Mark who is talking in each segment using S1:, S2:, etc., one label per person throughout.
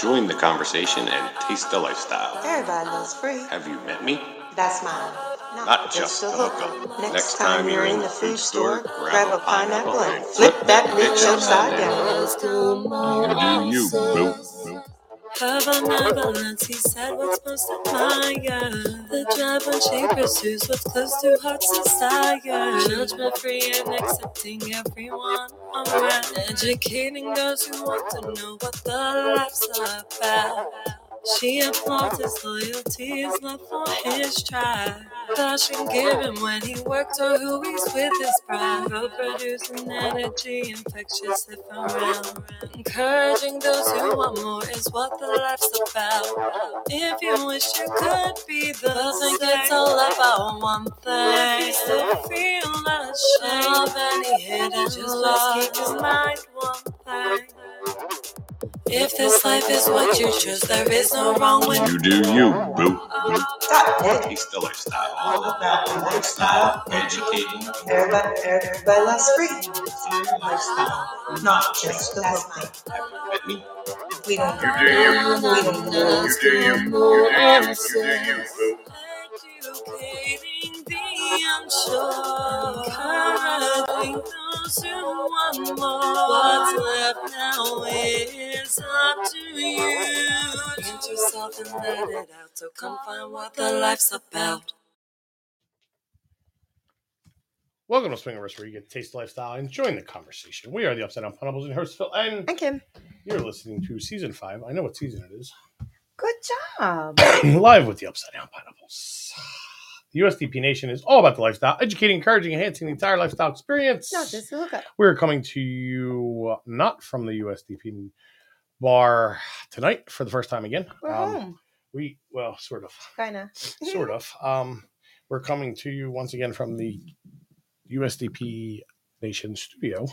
S1: Join the conversation and taste the lifestyle.
S2: Everybody loves free.
S1: Have you met me?
S2: That's mine. Not,
S1: Not just a hookup.
S2: Next, time you're in the food store, grab a pineapple and flip that bitch upside down.
S3: Girls, come on.
S4: You, boo.
S3: Her benevolence, he said, what's most admired. The driven she pursues what's close to heart's desire. Judgment free and accepting everyone around. Educating those who want to know what the life's about. She applauds his loyalty, his love for his tribe. Caution given when he works or who he's with his pride. Producing energy, infectious if around. Encouraging those who want more is what the life's about. If you wish you could be the thing that's all about one thing. If you still feel ashamed of any hidden just love, keep in mind one thing. If this life is what you choose, there is no wrong way.
S4: You do you, boo.
S2: Stop that.
S1: Taste the lifestyle.
S2: All about the lifestyle.
S1: Educating.
S2: Everybody, everybody loves free. Lifestyle. Not just the hookup.
S1: Met me?
S2: We don't
S4: You do you.
S2: We don't
S4: You
S2: lose.
S4: do you. You do you. You do you, boo.
S3: Educating the unsure, encouraging those who want more. What's left now is up to you. Get yourself and let it out, so come find what the life's about.
S5: Welcome to Swingers, where you get to taste the lifestyle and join the conversation. We are the Upside Down Punables in Hurstville, and
S2: Thank him.
S5: you're listening to season five. I know what season it is.
S2: Good job.
S5: Live with the Upside Down Punables. The USDP Nation is all about the lifestyle, educating, encouraging, enhancing the entire lifestyle experience.
S2: Not just the hookup.
S5: We're coming to you not from the USDP bar tonight for the first time again.
S2: We're
S5: Um,
S2: home.
S5: We well, sort of.
S2: Kinda. Mm-hmm.
S5: sort of. Um, we're coming to you once again from the USDP Nation studio,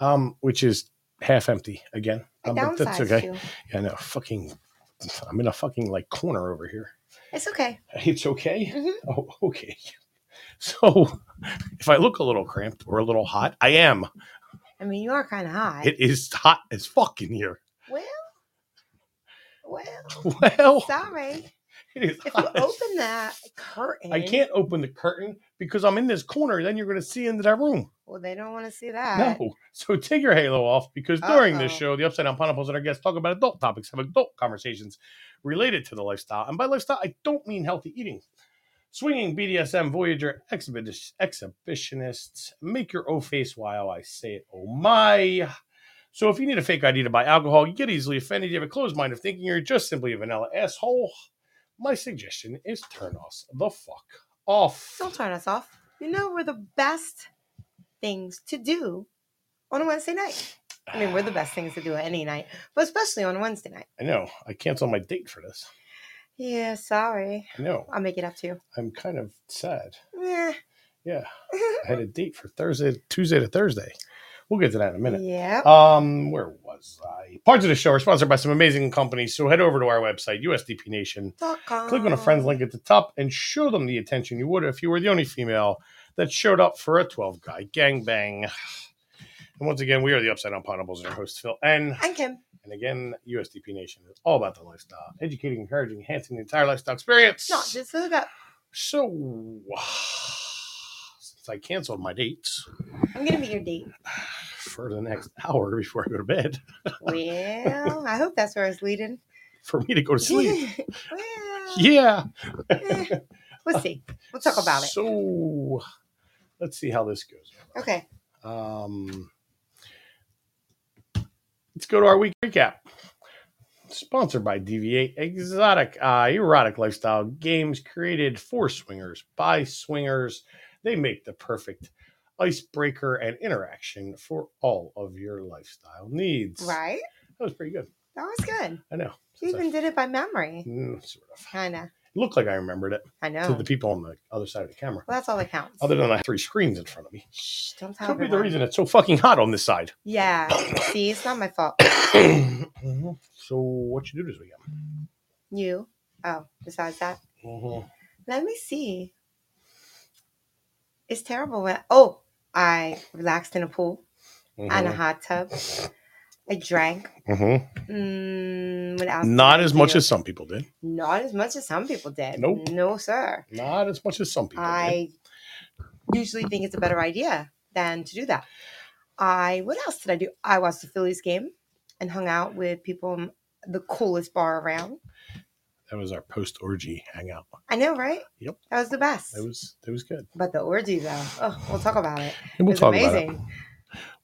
S5: um, which is half empty again.
S2: I
S5: Um, but that's
S2: downsized
S5: okay.
S2: you.
S5: Yeah, no, fucking, I'm in a fucking like corner over here.
S2: It's okay.
S5: It's okay.
S2: Mhm.
S5: Oh, okay. So, if I look a little cramped or a little hot, I am.
S2: I mean, you are kind of high.
S5: It is hot as fuck in here.
S2: well, well,
S5: Well,
S2: sorry.
S5: it is
S2: If you
S5: hot. as-
S2: open that curtain,
S5: I can't open the curtain because I'm in this corner. Then you're going to see into that room.
S2: Well, they don't want to see that.
S5: No. So take your halo off because during this
S2: Uh-oh.
S5: show, the Upside Down Pineapples and our guests talk about adult topics, have adult conversations related to the lifestyle. And by lifestyle, I don't mean healthy eating. Swinging BDSM Voyager exhibitis- exhibitionists, make your O face while I say it. Oh my. So if you need a fake ID to buy alcohol, you get easily offended, you have a closed mind of thinking you're just simply a vanilla asshole. My suggestion is turn us the fuck off.
S2: Don't turn us off. You know we're the best things to do on a Wednesday night. I mean, we're the best things to do any night, but especially on a Wednesday night.
S5: I know. I canceled my date for this.
S2: Yeah, sorry.
S5: I know.
S2: I'll make it up to you.
S5: I'm kind of sad.
S2: Yeah.
S5: Yeah, I had a date for Thursday, Tuesday to Thursday. We'll get to that in a minute.
S2: yeah.
S5: Um, where was I? Parts of the show are sponsored by some amazing companies, so head over to our website, USDP Nation. Click on a friends link at the top and show them the attention you would if you were the only female that showed up for a 12 guy gangbang. And once again, we are the Upside Down Ponables and our host, Phil N.
S2: And Kim.
S5: And again, USDP Nation is all about the lifestyle, educating, encouraging, enhancing the entire lifestyle experience.
S2: Not just the hookup.
S5: So, since I canceled my dates
S2: I'm going to be your date.
S5: for the next hour before I go to bed,
S2: Well, I hope that's where it's leading.
S5: for me to go to sleep.
S2: well,
S5: yeah.
S2: eh, we'll see. We'll talk about it.
S5: So, let's see how this goes.
S2: Okay.
S5: Um, let's go to our week recap. Sponsored by DVA Exotic, uh, erotic lifestyle games created for swingers by swingers. They make the perfect icebreaker and interaction for all of your lifestyle needs.
S2: Right?
S5: That was pretty good.
S2: That was good.
S5: I know.
S2: You even did it by memory.
S5: Mm, sort of.
S2: Kind of.
S5: It looked like I remembered it
S2: I know.
S5: to the people on the other side of the camera.
S2: well, that's all that counts.
S5: Other than I have three screens in front of me.
S2: Shh, don't tell
S5: Could be
S2: everyone.
S5: the reason it's so fucking hot on this side.
S2: Yeah. See, it's not my fault.
S5: Mhm. so what you do this weekend?
S2: You. Oh, besides that.
S5: Mm-hmm,
S2: Let me see. It's terrible when oh, I relaxed in a pool
S5: Mhm.
S2: and a hot tub. I drank.
S5: hmm
S2: Mm, what else?
S5: Not as much
S2: do?
S5: as some people did.
S2: Not as much as some people did.
S5: Nope.
S2: No, sir.
S5: Not as much as some people did.
S2: I usually think it's a better idea than to do that. I what else did I do? I watched the Phillies game and hung out with people in the coolest bar around.
S5: That was our post orgy hangout.
S2: I know, right?
S5: Yep.
S2: That was the best.
S5: That was that was good.
S2: but the orgy though, oh, we'll talk about it.
S5: And
S2: It
S5: we'll
S2: was
S5: talk
S2: amazing.
S5: about it.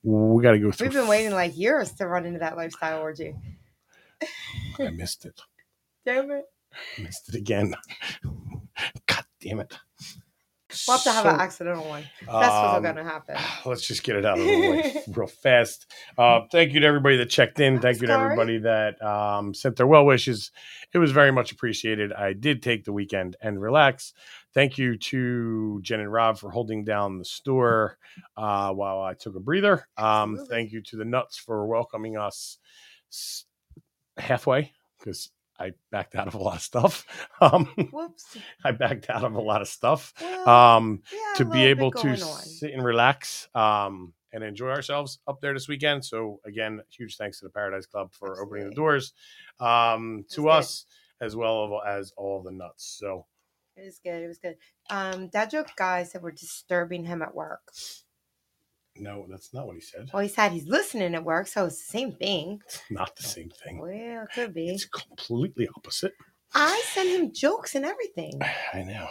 S5: We got to go through.
S2: We've been waiting like years to run into that lifestyle orgy.
S5: I missed it.
S2: Damn it.
S5: I missed it again. God damn it.
S2: We'll have to have
S5: So,
S2: an accidental one. That's
S5: um,
S2: what's gonna happen.
S5: Let's just get it out of the way real fast. Uh, thank you to everybody that checked in. Thank you to
S2: sorry.
S5: everybody that um, sent their well wishes. It was very much appreciated. I did take the weekend and relax. Thank you to Jen and Rob for holding down the store uh, while I took a breather. Um,
S2: Absolutely.
S5: thank you to the Nuts for welcoming us s- halfway because I backed out of a lot of stuff. Um,
S2: Whoops.
S5: I backed out of a lot of stuff.
S2: Well,
S5: Um,
S2: yeah, a
S5: to
S2: little
S5: be
S2: bit
S5: able to
S2: going on.
S5: sit and relax um, and enjoy ourselves up there this weekend. So again, huge thanks to the Paradise Club for opening the
S2: Absolutely.
S5: doors um, to
S2: That's good.
S5: us as well as all the nuts. So
S2: It was good. It was good. Um, dad joke guy said we're disturbing him at work.
S5: no, that's not what he said.
S2: Well, he said he's listening at work, so it's the same thing.
S5: It's not
S2: oh,
S5: the same thing.
S2: Well, it could be.
S5: It's completely opposite.
S2: I send him jokes and everything.
S5: I know.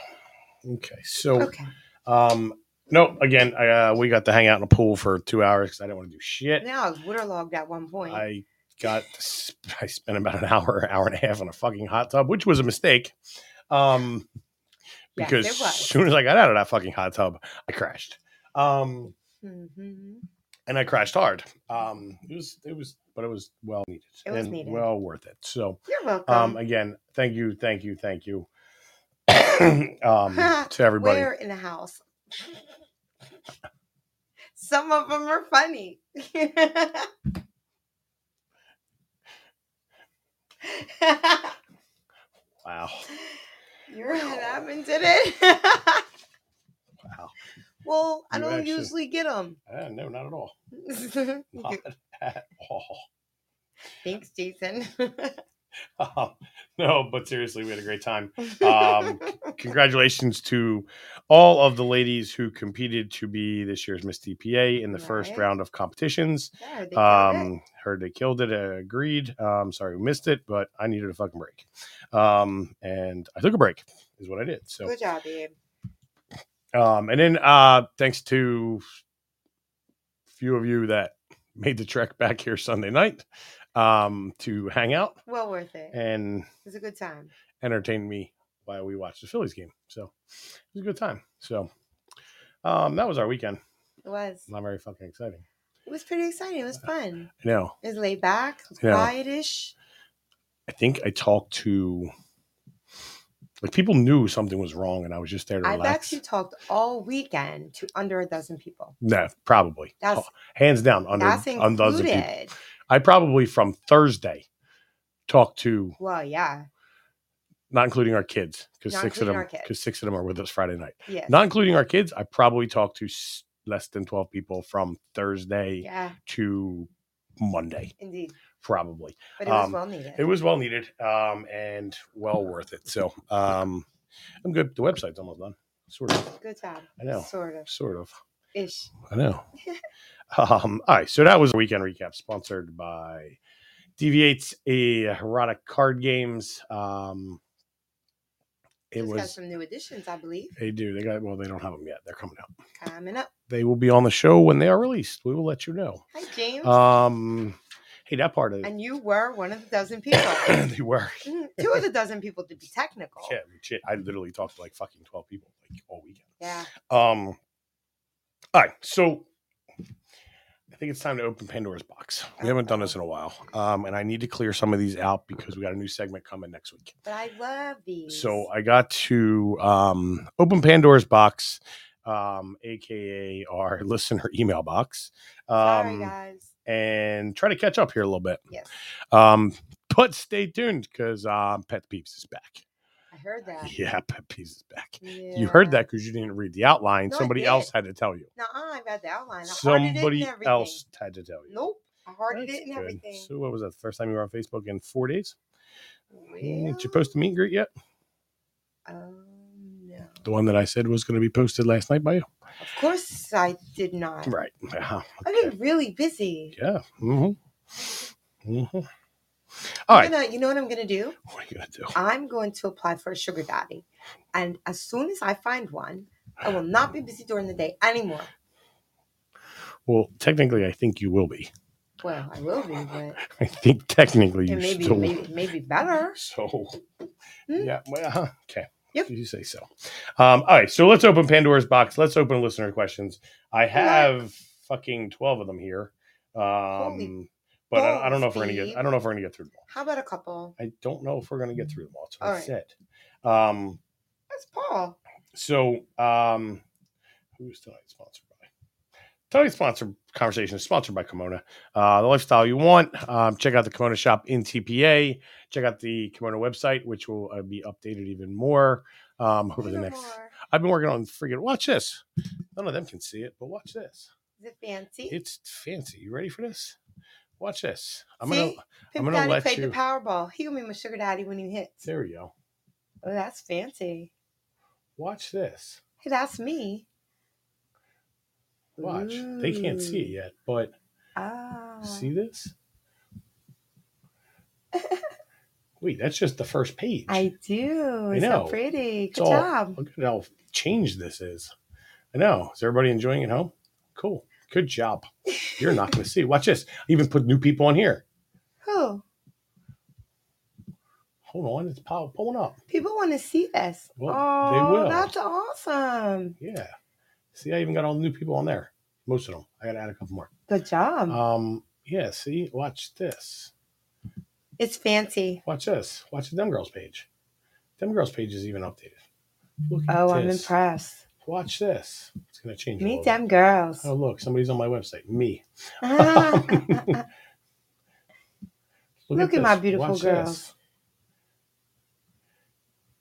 S5: Okay, so
S2: Okay.
S5: um, no, again, I, uh, we got to hang out in a pool for two hours because I didn't want to do shit.
S2: Now I was waterlogged at one point.
S5: I got I spent about an hour, hour and a half in a fucking hot tub, which was a mistake. Um
S2: Yes,
S5: because
S2: it was.
S5: as soon as I got out of that fucking hot tub, I crashed. Um
S2: hmm
S5: and I crashed hard. Um it was it was but it was well needed.
S2: It was
S5: and
S2: needed.
S5: well worth it. So
S2: You're welcome.
S5: um again, thank you, thank you, thank you. um to everybody.
S2: Where in the house? Some of them are funny.
S5: Wow.
S2: You're what happened to it.
S5: Wow.
S2: well, I
S5: You
S2: don't
S5: actually-
S2: usually get them.
S5: Uh, no, not at all. Not at all.
S2: Thanks, Jason.
S5: Um, no, but seriously, we had a great time. Um, congratulations to all of the ladies who competed to be this year's Miss DPA in the first
S2: Right.
S5: round of competitions.
S2: Yeah, they got it.
S5: Um, heard they killed it. uh, Agreed. Um, sorry we missed it, but I needed a fucking break. Um, and I took a break, is what I did. So,
S2: Good job, babe.
S5: um, and then uh, thanks to few of you that made the trek back here Sunday night um, to hang out
S2: Well worth
S5: Eh.
S2: it. It
S5: and
S2: was a good time.
S5: entertained me while we watched the Phillies game. So it was a good time. So um, that was our weekend.
S2: It was.
S5: Not very fucking exciting.
S2: It was pretty exciting. It was fun.
S5: I know.
S2: It was laid back. It was
S5: Yeah.
S2: quietish.
S5: I think I talked to like people knew something was wrong, and I was just there to
S2: I
S5: relax.
S2: bet you talked all weekend to under a dozen people.
S5: No, probably
S2: That's
S5: hands down Oh, under
S2: that's
S5: a dozen people.
S2: included.
S5: I probably from Thursday talked to
S2: Well, yeah.
S5: not including our kids because
S2: Not
S5: six of
S2: including
S5: them
S2: our kids.
S5: because six of them are with us Friday night.
S2: Yes.
S5: Not including our kids, I probably talked to s- less than twelve people from Thursday
S2: yeah,
S5: to Monday,
S2: indeed.
S5: probably.
S2: But it was
S5: Um,
S2: well needed.
S5: It was well needed um, and well worth it. So um, I'm good. The website's almost done. Sort of.
S2: good job.
S5: I know.
S2: Sort of.
S5: Sort of.
S2: Ish.
S5: I know. um, all right. So that was a weekend recap sponsored by Deviates Erotic Card Games. Um, it
S2: Just got
S5: was.
S2: some new additions, I believe,
S5: They do. They got. Well, they don't have them yet. They're coming out.
S2: coming up.
S5: They will be on the show when they are released. We will let you know.
S2: Hi, James.
S5: Um, hey, that part of it.
S2: and you were one of the dozen people.
S5: they were.
S2: Mm, two of the dozen people to be technical.
S5: Yeah, legit. I literally talked to like fucking 12 people like all weekend.
S2: Yeah.
S5: Um, all right. So I think it's time to open Pandora's box. We haven't done this in a while. Um, and I need to clear some of these out because we got a new segment coming next week.
S2: But I love these.
S5: So I got to um, open Pandora's box, um, AKA our listener email box,
S2: sorry,
S5: um,
S2: guys.
S5: and try to catch up here a little bit.
S2: Yes,
S5: Um, but stay tuned because um, Pet Peeps is back.
S2: I heard that.
S5: Yeah, Pet Peeps is back. You heard
S2: Yeah.
S5: that because you didn't read the outline.
S2: No, I
S5: Somebody
S2: did.
S5: else had to tell you.
S2: Nuh-uh, I read the outline. I hearted it and
S5: Somebody
S2: everything.
S5: else had to tell you.
S2: Nope. I I hearted
S5: That's
S2: it and
S5: good.
S2: everything.
S5: So what was that? The first time you were on Facebook in four days? Hmm,
S2: Well,
S5: Did you post a meet and greet yet?
S2: um, no.
S5: The one that I said was going to be posted last night by you.
S2: Of course, I did not.
S5: Right. Yeah.
S2: I've been really busy.
S5: Yeah. hmm hmm All right.
S2: I'm gonna- you know what I'm going to do?
S5: What are you gonna do?
S2: I'm going to apply for a sugar daddy. And as soon as I find one, I will not be busy during the day anymore.
S5: Well, technically, I think you will be.
S2: Well, I will be, but
S5: I think technically
S2: it
S5: you
S2: may be,
S5: still.
S2: may, may be better.
S5: So,
S2: Hmm?
S5: yeah. Well, uh-huh, okay.
S2: Yep.
S5: If you say so. Um, all right. So let's open Pandora's box. Let's open listener questions. I have fucking twelve of them here. Um, but I, I don't know if we're gonna get. I don't know if we're gonna get through them all.
S2: How about a couple?
S5: I don't know if we're gonna get through them all. That's what
S2: Mm-hmm. All
S5: I
S2: right.
S5: said. Um,
S2: That's Paul.
S5: So, um, who's tonight's sponsored by? Tonight's sponsor conversation is sponsored by Kimona. Uh, the lifestyle you want. Um, check out the Kimona shop in TPA. Check out the Kimona website, which will uh, be updated even more um, over the
S2: Either
S5: next.
S2: or.
S5: I've been working on friggin' watch this. None of them can see it, but watch this.
S2: Is it fancy?
S5: It's fancy. You ready for this? Watch this. I'm
S2: See?
S5: gonna.
S2: Pimp
S5: gonna
S2: Daddy
S5: let
S2: played
S5: you-
S2: the Powerball. He gonna be my sugar daddy when he hits.
S5: There we go.
S2: Oh, that's fancy.
S5: Watch this.
S2: Hey, that's me.
S5: Watch. They can't see it
S2: Ooh.
S5: yet, but
S2: Ah.
S5: See this? Wait, that's just the first page.
S2: I do.
S5: I
S2: It's
S5: know.
S2: so pretty.
S5: It's
S2: Good
S5: all-
S2: job.
S5: Look at how changed this is. I know. Is everybody enjoying it home? Cool. Good job. You're not going to see. Watch this. I even put new people on here.
S2: Who?
S5: Hold on. It's pow- pulling up.
S2: People want to see this.
S5: Well,
S2: oh,
S5: they will.
S2: that's awesome.
S5: Yeah. See, I even got all the new people on there. Most of them. I got to add a couple more.
S2: Good job.
S5: Um. Yeah. See, watch this.
S2: it's fancy.
S5: Watch this. Watch the Dem Girls page. Dem Girls page is even updated. Look at
S2: Oh, I'm
S5: this.
S2: impressed.
S5: Watch this. It's going to change. a
S2: Meet
S5: little bit.
S2: them girls.
S5: Oh, look, somebody's on my website. Me.
S2: Ah, Look at my
S5: this.
S2: beautiful
S5: Watch
S2: girls.
S5: this.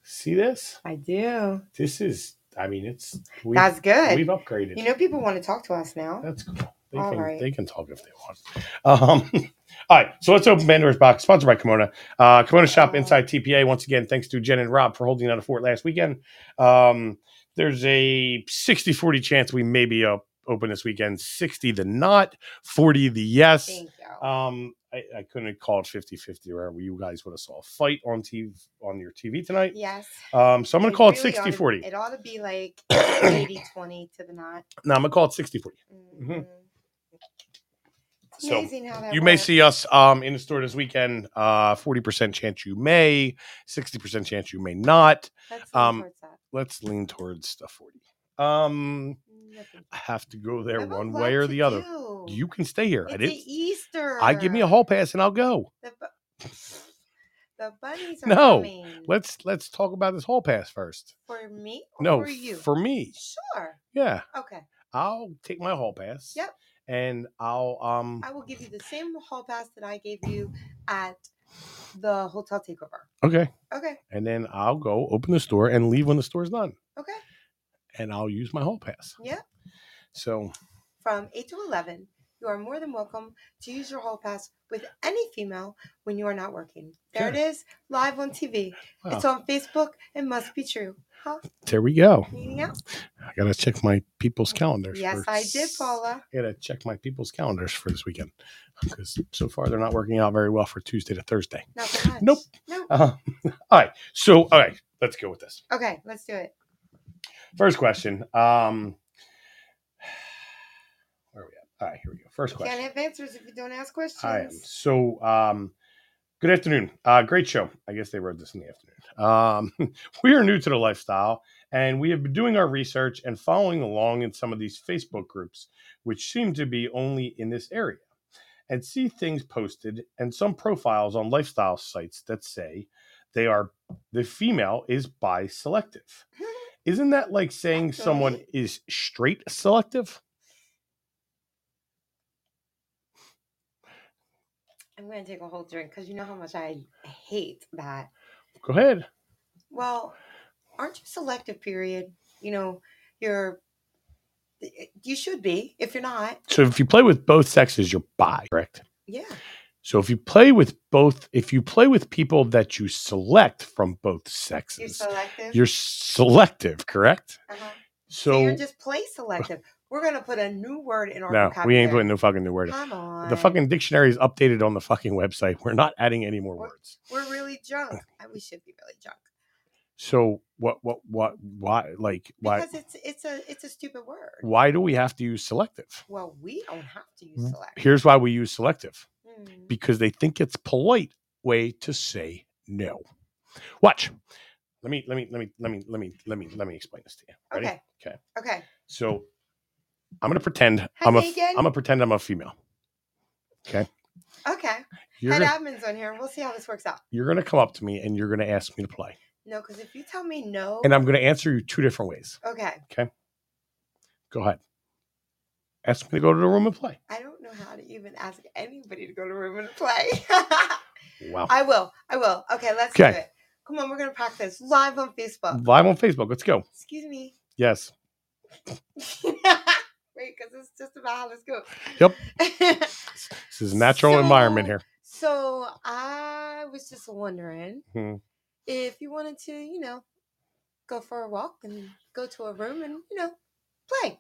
S5: See this?
S2: I do.
S5: This is, I mean, it's, we've,
S2: That's good.
S5: we've upgraded.
S2: You know, people want to talk to us now.
S5: That's cool. They
S2: All
S5: can,
S2: right.
S5: they can talk if they want. Um, all right, so let's open Pandora's box, sponsored by Kimona. Uh, Kimona Shop
S2: Oh.
S5: inside TPA. Once again, thanks to Jen and Rob for holding down a fort last weekend. Um, there's a 60 40 chance we may be up, open this weekend 60 the not, 40 the yes.
S2: Thank you.
S5: Um, I, I couldn't call it 50 50 or you guys would have saw a fight on TV on your TV tonight.
S2: yes.
S5: Um, so I'm gonna
S2: It
S5: call it
S2: really oughta-
S5: 60 40.
S2: It ought to be like 80 20 to the knot. Mm-hmm.
S5: No, I'm gonna call it 60 40. Mhm.
S2: It's
S5: So,
S2: amazing how that
S5: You may
S2: works.
S5: see us um, in the store this weekend. Uh, 40% chance you may, 60% chance you may not.
S2: Let's
S5: um,
S2: lean towards that.
S5: Let's lean towards the 40. Um,
S2: Nothing.
S5: I have to go there
S2: I have a
S5: one
S2: lot
S5: way or
S2: to
S5: the other.
S2: do.
S5: You can stay here.
S2: It's Mm.
S5: I
S2: a
S5: did.
S2: Easter.
S5: I give me a hall pass and I'll go.
S2: The, bu- the bunnies are
S5: No,
S2: coming.
S5: Let's let's talk about this hall pass first.
S2: for me or
S5: No,
S2: for you?
S5: for me.
S2: sure.
S5: Yeah,
S2: Okay.
S5: I'll take my hall pass.
S2: Yep.
S5: And I'll um.
S2: I will give you the same hall pass that I gave you at the hotel takeover.
S5: Okay.
S2: Okay.
S5: And then I'll go open the store and leave when the store's done,
S2: Okay.
S5: and I'll use my hall pass.
S2: Yep.
S5: So
S2: From 8 to 11, you are more than welcome to use your hall pass with any female when you are not working. There it is, live on TV.
S5: Wow.
S2: It's on Facebook. It must be true. Huh?
S5: there we go.
S2: Meeting out?
S5: I gotta check my people's calendars.
S2: Yes,
S5: for
S2: I did,
S5: s-
S2: Paula.
S5: I gotta check my people's calendars for this weekend because so far they're not working out very well for Tuesday to Thursday.
S2: Not so much.
S5: Nope.
S2: Nope.
S5: Uh, all right. So all right, let's go with this.
S2: Okay, let's do it.
S5: First question. Um, where are we at? All right, here we go. First
S2: You
S5: question.
S2: can't have answers if you don't ask questions.
S5: I am. So, um, good afternoon. Uh, great show. I guess they wrote this in the afternoon. Um, we are new to the lifestyle and we have been doing our research and following along in some of these Facebook groups, which seem to be only in this area, and see things posted and some profiles on lifestyle sites that say they are the female is bi selective. Isn't that like saying someone is straight selective?
S2: I'm going to take a whole drink because you know how much I hate that.
S5: Go ahead.
S2: Well, aren't you selective? Period. You know, you're. You should be. If you're not,
S5: So, if you play with both sexes, you're bi, correct?
S2: Yeah.
S5: So if you play with both, if you play with people that you select from both
S2: You're
S5: sexes,
S2: selective.
S5: you're selective, correct?
S2: uh-huh. so,
S5: So
S2: you're just play selective. We're gonna put a new word in our
S5: no, we
S2: vocabulary.
S5: ain't putting no fucking new word. in.
S2: Come on.
S5: The fucking dictionary is updated on the fucking website. We're not adding any more
S2: What?
S5: words.
S2: We're really drunk. Uh, We should be really drunk
S5: So what? What? What? Why? Like why?
S2: because it's it's a it's a stupid word.
S5: Why Mm-hmm. do we have to use selective?
S2: Well, we don't have to use select.
S5: Here's why we use selective.
S2: Hmm.
S5: because they think it's polite way to say no. Watch. Let me let me let me let me let me let me let me explain this to you. Ready?
S2: Okay.
S5: Okay.
S2: Okay.
S5: So I'm gonna pretend
S2: Hi,
S5: I'm a
S2: Megan.
S5: am gonna pretend I'm a female.
S2: Okay.
S5: You're
S2: Head
S5: gonna,
S2: admin's on here. We'll see how this works out.
S5: you're gonna come up to me and you're gonna ask me to play,
S2: No, because if you tell me no,
S5: and I'm gonna answer you two different ways.
S2: okay,
S5: Go ahead. Ask me to go to the room and play.
S2: I don't know how to even ask anybody to go to a room and play.
S5: Wow.
S2: I will. I will. Okay, let's do
S5: Okay.
S2: it. Come on, we're gonna practice live on Facebook.
S5: Live on Facebook. Let's go.
S2: Excuse me.
S5: Yes.
S2: Wait, because it's just about how this goes. Yep.
S5: This is a natural environment
S2: So-
S5: here.
S2: so I was just wondering
S5: Hmm.
S2: if you wanted to, you know, go for a walk and go to a room and you know play.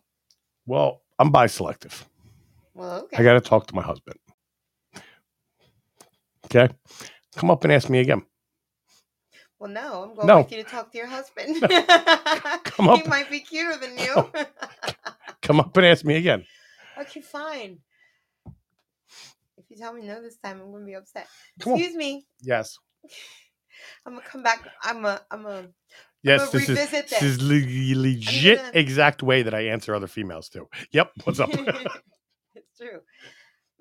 S5: Well, I'm bi selective.
S2: Well, okay.
S5: I got to talk to my husband. Okay. Come up and ask me again.
S2: Well, no, I'm going
S5: No.
S2: with you to talk to your husband.
S5: Come
S2: He
S5: up.
S2: might be cuter than you.
S5: Come up and ask me again.
S2: okay, fine. If you tell me no this time, I'm gonna be upset.
S5: Come on.
S2: Excuse me.
S5: Yes.
S2: I'm gonna come back. I'm a. I'm a.
S5: Yes.
S2: gonna
S5: This is,
S2: revisit
S5: this is le- legit
S2: gonna-
S5: exact way that I answer other females too. Yep. What's up?
S2: it's true.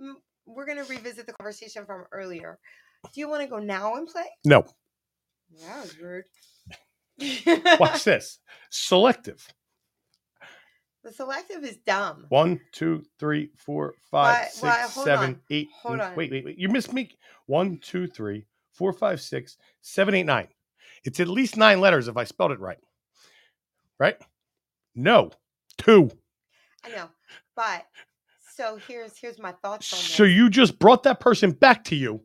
S2: Mm, We're gonna revisit the conversation from earlier. Do you want to go now and play?
S5: no.
S2: That was rude.
S5: Watch this. Selective.
S2: the selective is dumb.
S5: One, two, three, four, five,
S2: Why-
S5: six,
S2: why, hold
S5: seven,
S2: on.
S5: eight,
S2: Hold
S5: n-
S2: on.
S5: Wait, wait, wait. You missed me. One, two, three, four, five, six, seven, eight, nine. It's at least nine letters if I spelled it right. Right? No. Two.
S2: I know, but so here's here's my thoughts on this.
S5: So you just brought that person back to you.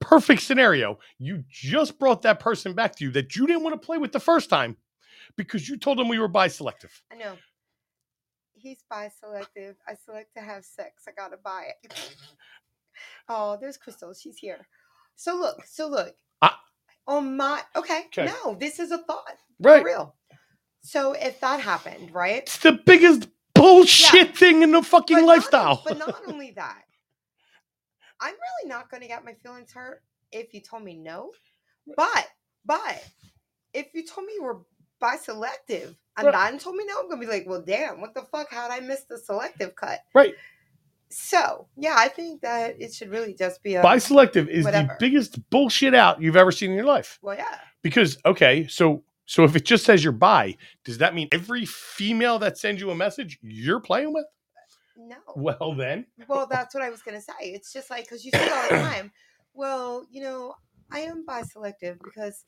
S5: Perfect scenario. You just brought that person back to you that you didn't want to play with the first time because you told them we were bi selective.
S2: I know. He's bi selective. I select to have sex. I gotta buy it. oh, there's Crystal. She's here. So look, so look.
S5: Ah.
S2: on my okay,
S5: 'Kay.
S2: no, this is a thought.
S5: Right.
S2: For real. So if that happened, right?
S5: It's the biggest bullshit thing in the fucking
S2: But not-
S5: lifestyle.
S2: but not only that, I'm really not gonna get my feelings hurt if you told me no. But but if you told me you were bi selective and
S5: Right.
S2: Don told me no, I'm gonna be like, well damn, what the fuck? How'd I miss the selective cut?
S5: right.
S2: So yeah, I think that it should really just be a
S5: Bi selective is
S2: Whatever.
S5: the biggest bullshit out you've ever seen in your life.
S2: well yeah.
S5: Because, okay, so so if it just says you're bi, does that mean every female that sends you a message you're playing with?
S2: No.
S5: Well then.
S2: Well that's what I was gonna say. It's just like because you say all the time, well, you know, I am bi selective because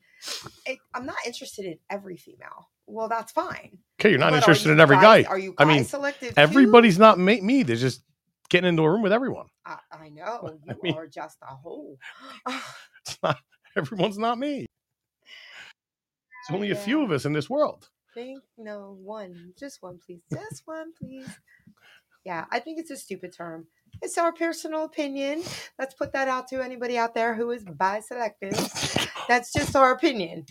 S2: it, I'm not interested in every female. Well, that's fine.
S5: Okay, you're not
S2: But are
S5: interested
S2: you
S5: in every
S2: bi-
S5: guy.
S2: Are you?
S5: I mean,
S2: selective.
S5: Everybody's not ma- me. They're just getting into a room with everyone.
S2: I, I know you
S5: mean-
S2: are just a hoe.
S5: It's not everyone's not me. There's only a few
S2: Yeah.
S5: of us in this world.
S2: Think no one, just one, please, just one, please. Yeah, I think it's a stupid term. It's our personal opinion. Let's put that out to anybody out there who is bi selective. That's just our opinion.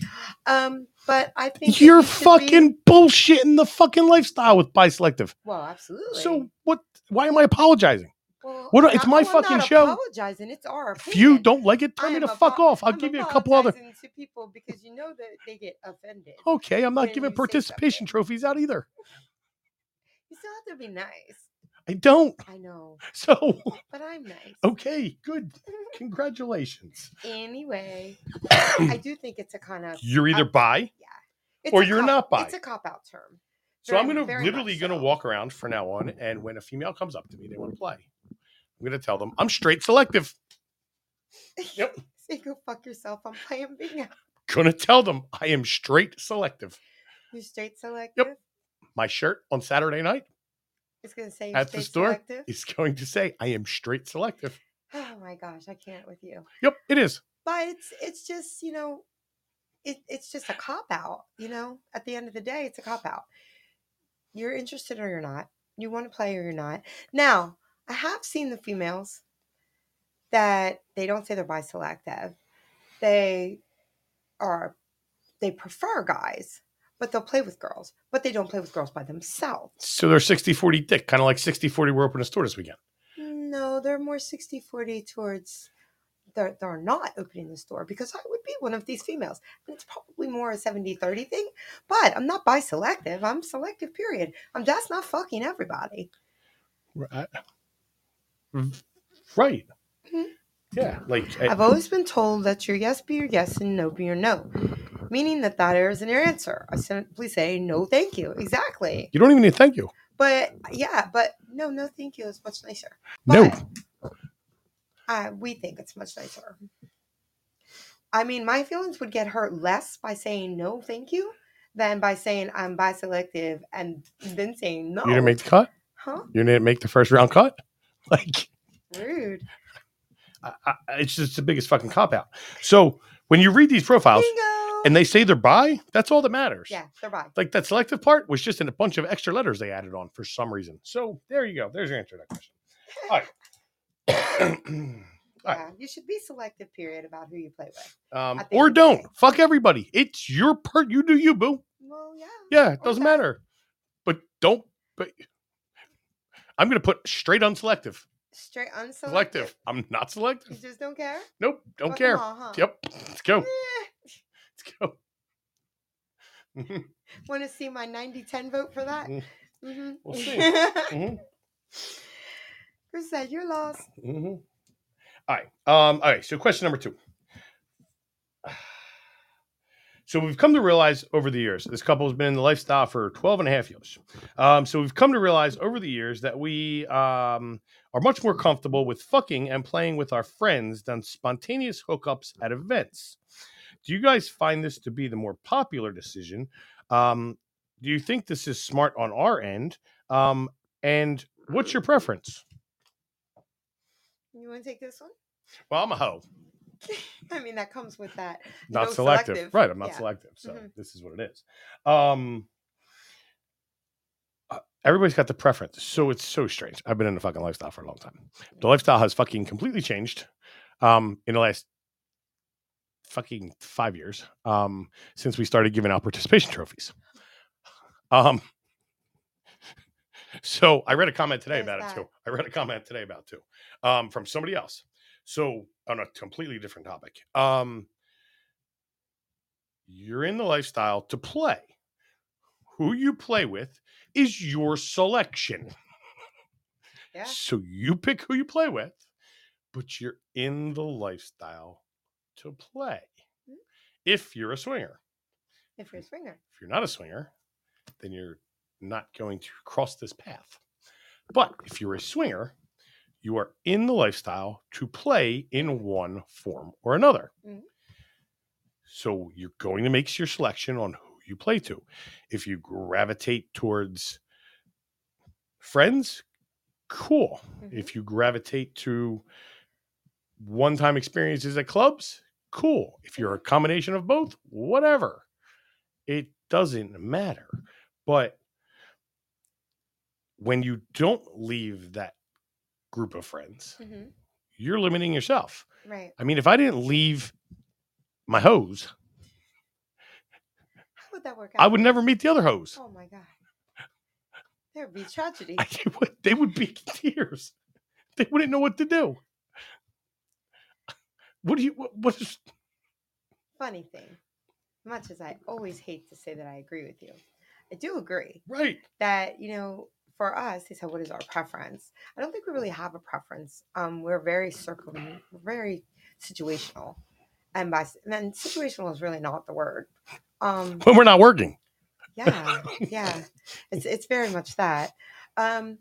S2: Um, but I think that
S5: You're
S2: you should be-
S5: fucking bullshitting the fucking lifestyle with biselective.
S2: well, absolutely.
S5: So what? Why am I apologizing?
S2: well,
S5: what do I- it's
S2: not-
S5: my
S2: oh, I'm not
S5: fucking show.
S2: Apologizing, it's our
S5: If you
S2: opinion.
S5: don't like it, tell
S2: I
S5: me
S2: am
S5: to fuck
S2: apo-
S5: off. I'll
S2: I'm
S5: give you a couple other. Oh.
S2: apologizing to people because you know that they get offended.
S5: Okay, I'm
S2: when
S5: not
S2: you
S5: giving
S2: say
S5: participation
S2: something.
S5: trophies out either.
S2: You still have to be nice.
S5: I don't.
S2: I know,
S5: So
S2: but I'm nice.
S5: Oh. okay, good. Congratulations.
S2: Anyway, I do think it's a kind of
S5: You're either
S2: I-
S5: bi,
S2: it's
S5: or
S2: a
S5: you're
S2: cop-
S5: not bi.
S2: It's a cop out term.
S5: So I'm
S2: Very-
S5: gonna
S2: very
S5: literally
S2: much
S5: gonna
S2: so.
S5: walk around from now on, and when a female comes up to me, they want to play. I'm gonna tell them I'm straight selective. Yep.
S2: Say go fuck yourself. I'm playing bingo.
S5: Gonna tell them I am straight selective.
S2: You're straight selective.
S5: My shirt on Saturday night
S2: It's gonna say you're
S5: At the
S2: straight
S5: store?
S2: selective.
S5: is going to say I am straight selective.
S2: Oh my my gosh, I can't with you.
S5: Yep, it is.
S2: But it's it's just you know, it, it's just a cop out. You know, at the end of the day, it's a cop out. You're interested or you're not. You want to play or you're not. Now, I have seen the females that they don't say they're biselective. They are they prefer guys, but they'll play with girls, but they don't play with girls by themselves.
S5: So they're 60 40 dick, kind of like 60 40 we're open a store this weekend.
S2: No, they're more 60 40 towards they're, they're not opening the store because I would be one of these females. And it's probably more a 70 30 thing, but I'm not bi selective. I'm selective, period. I'm just not fucking everybody.
S5: Right. Right.
S2: Mhm.
S5: Yeah. Like, eh, I-
S2: I've always been told that your yes be your yes and no be your no, meaning that that isn't your answer. I simply say no, thank you. Exactly.
S5: you don't even need to thank you.
S2: But yeah, but no, no, thank you is much nicer.
S5: No.
S2: But, uh, we think it's much nicer. I mean, my feelings would get hurt less by saying no, thank you, than by saying I'm bi selective and then saying no.
S5: You didn't make the cut.
S2: huh?
S5: You didn't make the first round cut. Like,
S2: Rude.
S5: I, I, it's just the biggest fucking cop out. So when you read these profiles
S2: Bingo.
S5: and they say they're bi, that's all that matters.
S2: yeah, they're bi.
S5: Like that selective part was just in a bunch of extra letters they added on for some reason. So there you go. There's your answer to that question. All right. All
S2: Yeah, you should be selective. Period about who you play with.
S5: Um,
S2: I think
S5: or
S2: it's
S5: don't.
S2: okay.
S5: Fuck everybody. It's your part. You do you, boo.
S2: Well, yeah.
S5: Yeah, it
S2: Or
S5: doesn't
S2: don't.
S5: matter. But don't. But I'm gonna put straight unselective.
S2: Straight unselective.
S5: Selective. I'm not
S2: You
S5: selective.
S2: just don't care.
S5: Nope. Don't
S2: Fuck 'em
S5: care.
S2: all, huh?
S5: Yep. Let's go.
S2: Eh,
S5: Let's go.
S2: Want to see my 90-10 vote for that?
S5: Mm.
S2: Mm-hmm.
S5: We'll see. Mhm.
S2: Chris said you're lost.
S5: Mhm. All right. Um, all right. So, question number two. So, we've come to realize over the years, this couple has been in the lifestyle for 12 and a half years. Um, so, we've come to realize over the years that we um, are much more comfortable with fucking and playing with our friends than spontaneous hookups at events. Do you guys find this to be the more popular decision? Um, do you think this is smart on our end? Um, and what's your preference?
S2: You want to take this one?
S5: Well, I'm a hoe.
S2: I mean, that comes with that.
S5: not
S2: no
S5: selective.
S2: selective.
S5: right i'm not
S2: Yeah.
S5: selective so
S2: Mhm.
S5: this is what it is um uh, everybody's got the preference so it's so strange i've been in the fucking lifestyle for a long time the lifestyle has fucking completely changed um in the last fucking five years um since we started giving out participation trophies um so i read a comment today
S2: Where's
S5: about
S2: that?
S5: it too i read a comment today about it too um from somebody else so on a completely different topic um you're in the lifestyle to play. Who you play with is your selection.
S2: Yeah.
S5: So you pick who you play with, but you're in the lifestyle to play. If you're a swinger,
S2: If you're a swinger.
S5: if you're not a swinger, then you're not going to cross this path. But if you're a swinger, you are in the lifestyle to play in one form or another.
S2: Mhm.
S5: So you're going to make your selection on who you play to. If you gravitate towards friends, cool.
S2: Mhm.
S5: If you gravitate to one time experiences at clubs, cool. If you're a combination of both, whatever. It doesn't matter. But when you don't leave that group of friends,
S2: Mhm.
S5: you're limiting yourself.
S2: Right.
S5: I mean, if I didn't leave my hose,
S2: How would that work out?
S5: I would never meet the other hose.
S2: Oh my God. There would be tragedy.
S5: I, they, would, they would be in tears. They wouldn't know what to do. What do you, what, what is,
S2: Funny thing. Much as I always hate to say that I agree with you, I do agree
S5: right?
S2: that, you know, for us, they said, what is our preference? I don't think we really have a preference. Um, we're very circum, very situational. And by, and situational is really not the word. Um,
S5: When we're not working.
S2: yeah yeah it's it's very much that um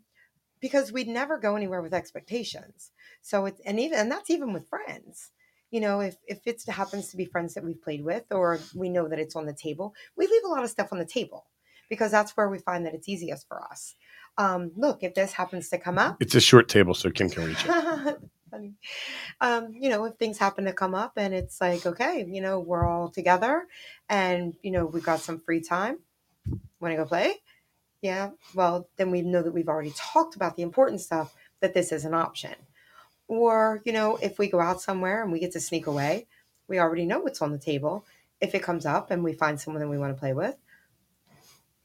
S2: because we'd never go anywhere with expectations so it's and even and that's even with friends you know if if it happens to be friends that we've played with or we know that it's on the table we leave a lot of stuff on the table because that's where we find that it's easiest for us um look if this happens to come up
S5: It's a short table, so Kim can reach it.
S2: funny funny. Um, you know, if things happen to come up and it's like, okay, you know, we're all together and, you know, we got some free time. Want to go play? Yeah. Well, then we know that we've already talked about the important stuff, that this is an option. Or, you know, if we go out somewhere and we get to sneak away, we already know what's on the table. If it comes up and we find someone that we want to play with,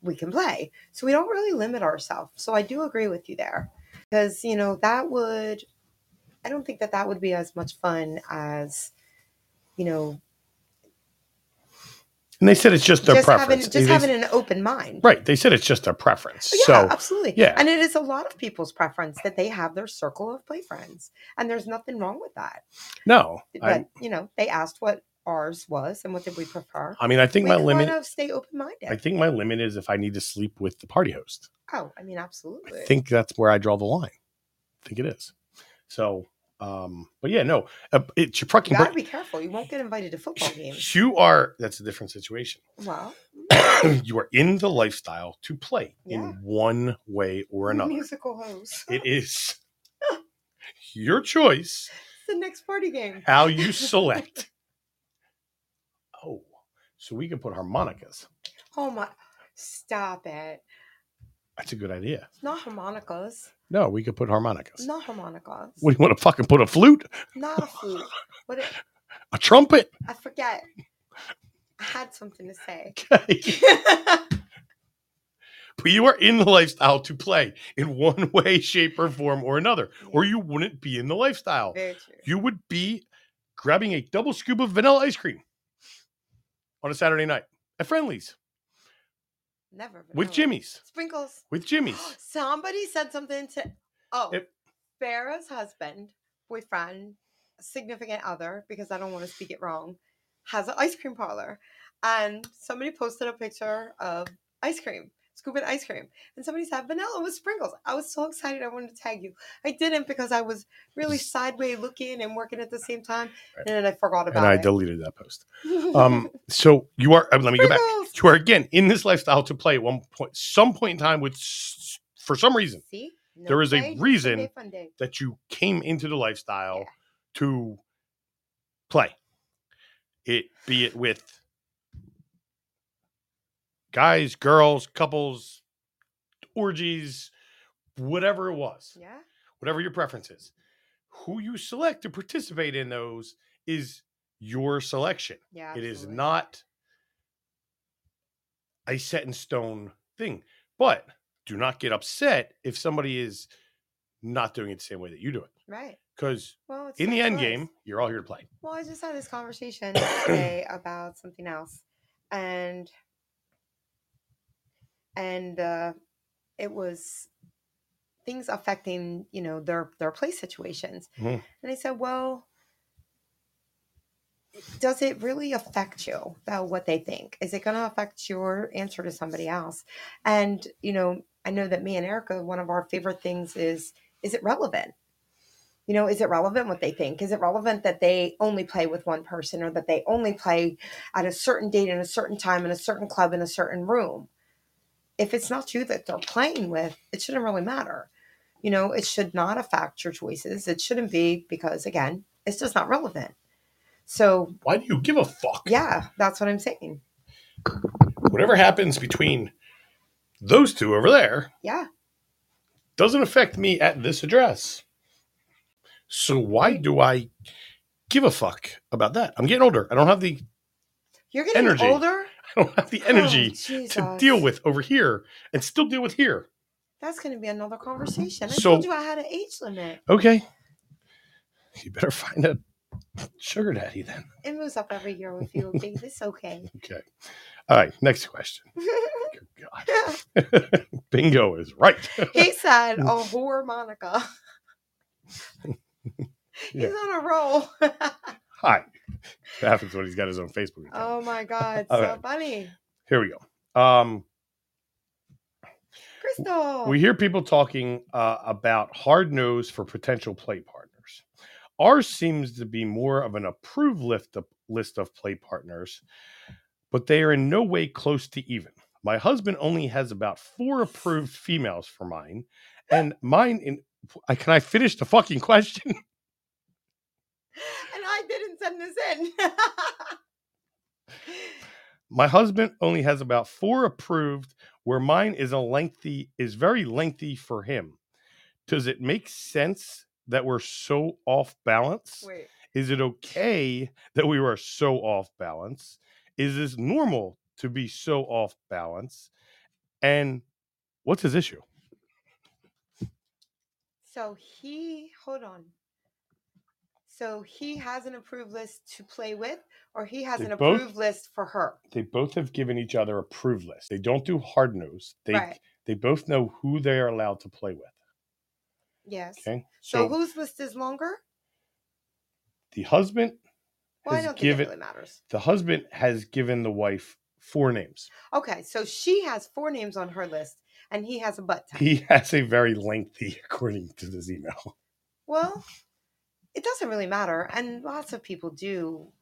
S2: we can play. So we don't really limit ourselves. So I do agree with you there because, you know, that would, I don't think that that would be as much fun as, you know,
S5: And they said it's just their
S2: just having,
S5: preference.
S2: just
S5: They- they-
S2: having an open mind.
S5: right. They said it's just their preference.
S2: Yeah,
S5: so
S2: absolutely.
S5: yeah.
S2: And it is a lot of people's preference that they have their circle of play friends. And there's nothing wrong with that.
S5: no,
S2: But,
S5: I,
S2: you know, they asked what ours was and what did we prefer.
S5: I mean, I think
S2: we
S5: my
S2: want
S5: limit.
S2: to stay open minded.
S5: I think my limit is if I need to sleep with the party host.
S2: oh, I mean,
S5: I
S2: absolutely.
S5: think that's where I draw the line. I think it is. So, um, but yeah, no, uh, it's your
S2: you
S5: fucking.
S2: got to
S5: bra-
S2: be careful. You won't get invited to football games.
S5: you are. That's a different situation.
S2: Well,
S5: you are in the lifestyle to play
S2: Yeah.
S5: in one way or another.
S2: musical host.
S5: it is your choice
S2: the next party game.
S5: how you select. oh, so we can put harmonicas.
S2: Oh my! Stop it!
S5: That's a good idea.
S2: It's Not harmonicas.
S5: No, we could put harmonicas.
S2: Not harmonicas.
S5: What do you want to fucking put a flute,
S2: Not a flute. What? It,
S5: a trumpet?
S2: I forget. I had something to say.
S5: Okay. but you are in the lifestyle to play in one way, shape, or form or another, or you wouldn't be in the lifestyle.
S2: Very true.
S5: You would be grabbing a double scoop of vanilla ice cream on a Saturday night at Friendly's
S2: Never. but
S5: with
S2: no.
S5: Jimmy's.
S2: Sprinkles.
S5: With Jimmy's.
S2: Somebody said something to. Oh,
S5: Yep.
S2: Farrah's husband, boyfriend, significant other, because I don't want to speak it wrong, has an ice cream parlor, and somebody posted a picture of ice cream. Scooping ice cream, and somebody said vanilla with sprinkles. I was so excited, I wanted to tag you. I didn't because I was really sideways looking and working at the same time,
S5: Right.
S2: and then I forgot
S5: And I
S2: about
S5: deleted that post.
S2: it.
S5: Um, so you are, uh, let me go back.
S2: Sprinkles!
S5: You are again in this lifestyle to play at one point, some point in time, with s- for some reason
S2: See, No
S5: there is a
S2: play, no
S5: reason
S2: Sunday fun day.
S5: that you came into the lifestyle
S2: Yeah.
S5: to play. It be it with guys, girls, couples, orgies, whatever it was,
S2: Yeah,
S5: whatever your preference is. Who you select to participate in those is your selection.
S2: yeah.
S5: It is
S2: absolutely.
S5: not a set in stone thing. But do not get upset if somebody is not doing it the same way that you do it.
S2: right.
S5: Because
S2: Well, it's
S5: in
S2: your
S5: the end
S2: choice.
S5: game, you're all here to play.
S2: Well, I just had this conversation today about something else, and and uh, it was things affecting you know their their play situations,
S5: Mhm.
S2: and I said, well. Does it really affect you though what they think? Is it going to affect your answer to somebody else? And you know, I know that me and Erica, one of our favorite things is is it relevant? You know, is it relevant what they think? Is it relevant that they only play with one person or that they only play at a certain date and a certain time in a certain club in a certain room? If it's not you that they're playing with, it shouldn't really matter. You know, it should not affect your choices. It shouldn't be because, again, it's just not relevant. So,
S5: Why do you give a fuck?
S2: yeah, that's what I'm saying.
S5: Whatever happens between those two over there
S2: Yeah,
S5: doesn't affect me at this address. So why do I give a fuck about that? I'm getting older. I don't have the
S2: you're getting
S5: Energy.
S2: older.
S5: I don't have the
S2: Oh,
S5: energy to
S2: Jesus.
S5: deal with over here and still deal with here.
S2: That's going to be another conversation. I
S5: So-
S2: told you I had an age limit.
S5: Okay. You better find a sugar daddy then.
S2: It moves up every year with you, okay? It's okay.
S5: Okay. All right. Next question. Good God. Bingo is right.
S2: he said a whore Monica. He's
S5: Yeah.
S2: on a roll.
S5: Hi. That happens when he's got his own Facebook account.
S2: oh my God.
S5: All
S2: so
S5: right.
S2: funny.
S5: Here we go. Um,
S2: Crystal.
S5: we hear people talking uh, about hard nose for potential play partners. Ours seems to be more of an approved list of, list of play partners, but they are in no way close to even. My husband only has about four approved females for mine, and mine in. I, can I finish the fucking question?
S2: send this in.
S5: My husband only has about four approved, where mine is a lengthy is very lengthy for him. Does it make sense that we're so off balance?
S2: Wait.
S5: Is it okay that we were so off balance? Is this normal to be so off balance? And what's his issue?
S2: So he, hold on. So he has an approved list to play with, or he has
S5: They
S2: an
S5: both-
S2: approved list for her.
S5: They both have given each other approved lists. They don't do hard nose. They
S2: Right.
S5: they both know who they are allowed to play with.
S2: Yes.
S5: Okay. So,
S2: So, whose list is longer?
S5: the husband
S2: Well, I
S5: Has
S2: don't think
S5: given-
S2: it really matters.
S5: the husband has given the wife four names.
S2: Okay, so she has four names on her list, and he has a butt time.
S5: He has a very lengthy, according to this email.
S2: Well, it doesn't really matter. And lots of people do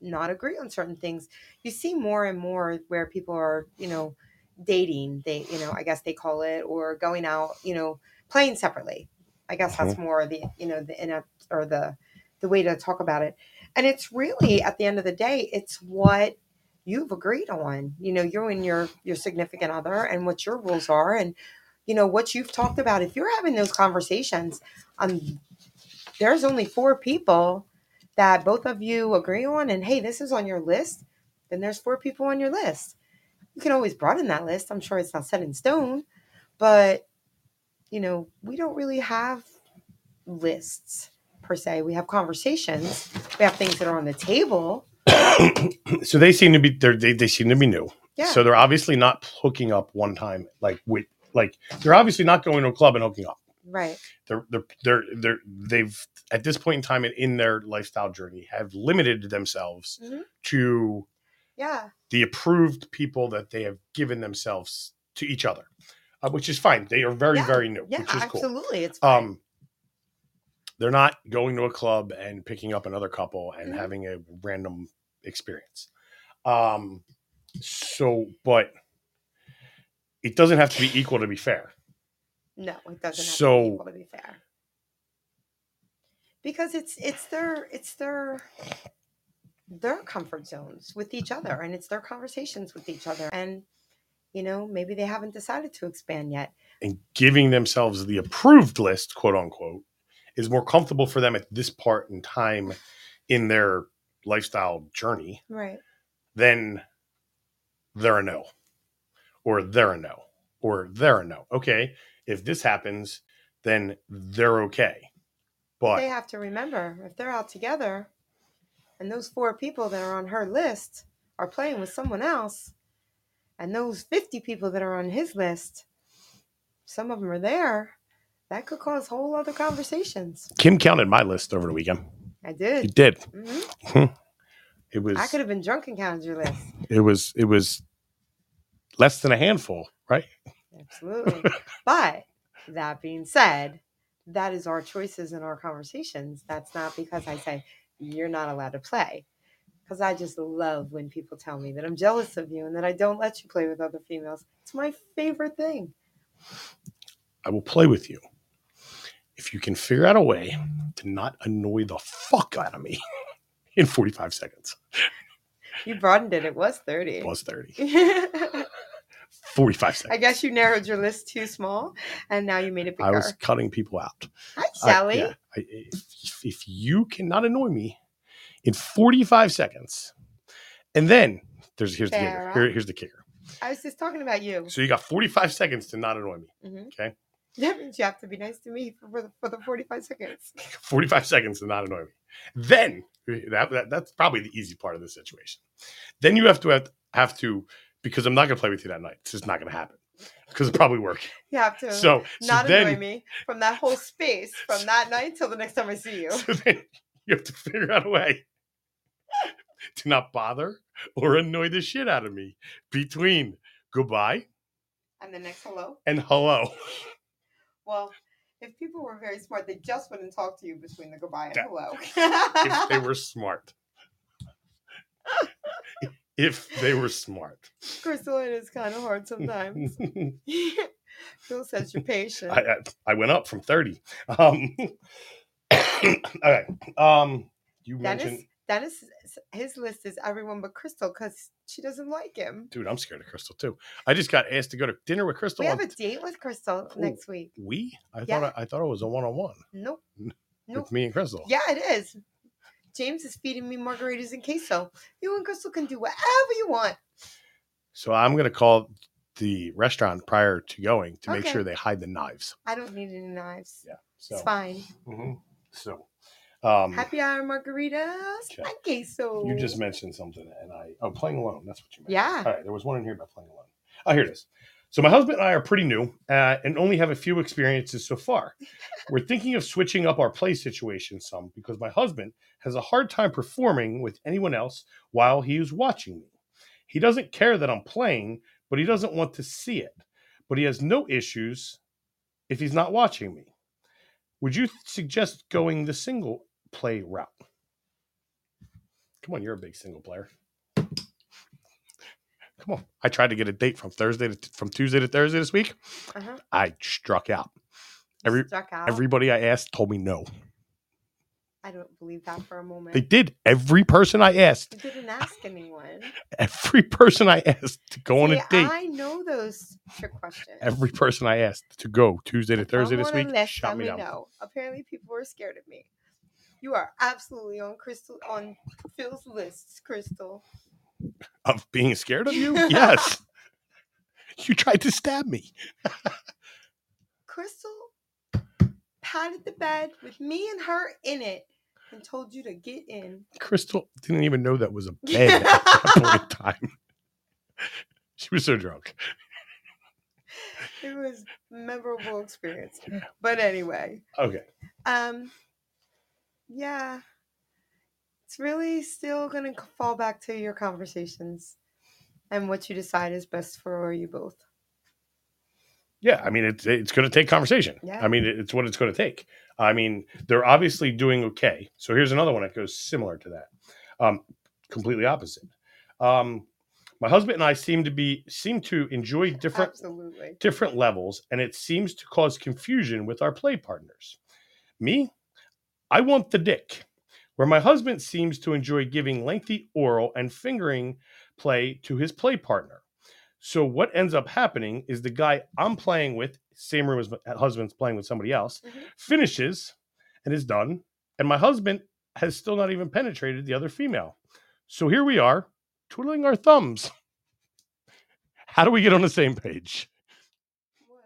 S2: not agree on certain things. You see more and more where people are, you know, dating, they, you know, I guess they call it, or going out, you know, playing separately. I guess that's more the, you know, the inept or the, the way to talk about it. And it's really at the end of the day, it's what you've agreed on, you know, you and your, your significant other and what your rules are and, you know, what you've talked about. If you're having those conversations, um, there's only four people that both of you agree on, and hey, this is on your list, then there's four people on your list. You can always broaden that list. I'm sure it's not set in stone, but you know, we don't really have lists per se. We have conversations, we have things that are on the table.
S5: So they seem to be they're, they they seem to be new.
S2: Yeah.
S5: So they're obviously not hooking up one time like with like they're obviously not going to a club and hooking up.
S2: right.
S5: They're they're they're, they're they've at this point in time and in their lifestyle journey have limited themselves
S2: Mhm.
S5: to
S2: Yeah.
S5: the approved people that they have given themselves to each other, uh, which is fine. They are very
S2: Yeah.
S5: very new,
S2: Yeah,
S5: which is cool.
S2: absolutely. It's fine.
S5: um they're not going to a club and picking up another couple and
S2: Mhm.
S5: having a random experience um so but it doesn't have to be equal to be fair
S2: No, it doesn't have to
S5: So-
S2: be equal to be fair. Because it's it's their it's their their comfort zones with each other and it's their conversations with each other. And you know, maybe they haven't decided to expand yet.
S5: and giving themselves the approved list quote unquote is more comfortable for them at this part in time in their lifestyle journey
S2: Right.
S5: then they're a no, or they're a no, or they're a no. Okay, if this happens, then they're okay.
S2: They
S5: But
S2: have to remember if they're out together and those four people that are on her list are playing with someone else and those 50 people that are on his list some of them are there that could cause whole other conversations.
S5: Kim counted my list over the weekend.
S2: I did.
S5: He did.
S2: hmm
S5: It was
S2: I could have been drunk and counted your list.
S5: it was it was less than a handful, right?
S2: Absolutely. but that being said, that is our choices in our conversations. That's not because I say you're not allowed to play. Because I just love when people tell me that I'm jealous of you and that I don't let you play with other females. It's my favorite thing.
S5: I will play with you if you can figure out a way to not annoy the fuck out of me in 45 seconds.
S2: You broadened it. It was 30.
S5: It was 30.
S2: I
S5: 45 seconds.
S2: guess you narrowed your list too small and now you made it bigger.
S5: I was cutting people out.
S2: Hi,
S5: I-
S2: Sally.
S5: yeah, I- if, if you cannot annoy me in 45 seconds, and then there's here's the
S2: Fair
S5: kicker. Here-
S2: enough.
S5: here's the kicker.
S2: I was just talking about you.
S5: So you got 45 seconds to not annoy me.
S2: Mhm.
S5: Okay.
S2: That means you have to be nice to me for, for, the, for the 45 seconds.
S5: 45 seconds to not annoy me. Then that, that that's probably the easy part of the situation. Then you have to have, have to because I'm not going to play with you that night. It's just not going to happen because it probably work.
S2: You have to.
S5: So, so
S2: not
S5: then,
S2: annoy me from that whole space from that night till the next time I see you.
S5: So then you have to figure out a way to not bother or annoy the shit out of me between goodbye
S2: And the next hello.
S5: and hello.
S2: Well, if people were very smart, they just wouldn't talk to you between the goodbye and
S5: That- If they
S2: hello.
S5: were smart. If they were smart.
S2: Crystal, it is kind of hard sometimes.
S5: I,
S2: Phil says you're patient.
S5: I, I went up from 30. Um, all right. Um, you
S2: Dennis,
S5: mentioned
S2: Dennis, his list is everyone but Crystal because she doesn't like him.
S5: Dude, I'm scared of Crystal too. I just got asked to go to dinner with Crystal.
S2: We have
S5: on-
S2: a date with Crystal
S5: Ooh.
S2: next week.
S5: we? I
S2: Yeah.
S5: thought I, I thought it was a one on one
S2: Nope. Nope.
S5: with me and Crystal.
S2: Yeah, it is. James is feeding me margaritas and queso. You and Crystal can do whatever you want.
S5: So I'm gonna call the restaurant prior to going to make
S2: Okay.
S5: sure they hide the knives.
S2: I don't need any knives.
S5: Yeah, So
S2: It's fine.
S5: mhm. so um,
S2: Happy hour margaritas
S5: Okay.
S2: and queso.
S5: you just mentioned something, and I oh playing alone. That's what you meant.
S2: Yeah.
S5: All right, there was one in here about playing alone. Oh, here it is. So my husband and I are pretty new uh, and only have a few experiences so far. We're thinking of switching up our play situation some because my husband has a hard time performing with anyone else while he is watching me. He doesn't care that I'm playing, but he doesn't want to see it. But he has no issues if he's not watching me. Would you suggest going the single play route? Come on, you're a big single player. Come on. I tried to get a date from Thursday to from Tuesday to Thursday this week.
S2: Uh-huh.
S5: I struck out. Every
S2: Struck out.
S5: everybody I asked told me no.
S2: I don't believe that for a moment.
S5: They did. Every person I asked,
S2: you didn't ask anyone.
S5: every person I asked to go on
S2: See,
S5: a date,
S2: I know those trick questions.
S5: every person I asked to go Tuesday to
S2: If I'm
S5: Thursday this
S2: on a
S5: week
S2: list,
S5: shot
S2: let
S5: me down.
S2: know. Apparently, people were scared of me. You are absolutely on Crystal on Phil's lists, Crystal.
S5: Of being scared of you? yes. You tried to stab me.
S2: Crystal patted the bed with me and her in it and told you to get in.
S5: Crystal didn't even know that was a bed at that point in time. She was so drunk.
S2: It was a memorable experience. But anyway,
S5: Okay.
S2: um, yeah, it's really still gonna c- fall back to your conversations and what you decide is best for you both.
S5: Yeah, I mean, it's it's going to take conversation.
S2: Yeah.
S5: I mean, it's what it's going to take. I mean, they're obviously doing okay. So here's another one that goes similar to that, um, completely opposite. Um, my husband and I seem to be seem to enjoy different
S2: Absolutely.
S5: different levels, and it seems to cause confusion with our play partners. Me, I want the dick, where my husband seems to enjoy giving lengthy oral and fingering play to his play partner. So, what ends up happening is the guy I'm playing with, same room as my uh, husband's playing with somebody else,
S2: Mhm.
S5: finishes and is done. And my husband has still not even penetrated the other female. So, here we are twiddling our thumbs. How do we get on the same page?
S2: Well,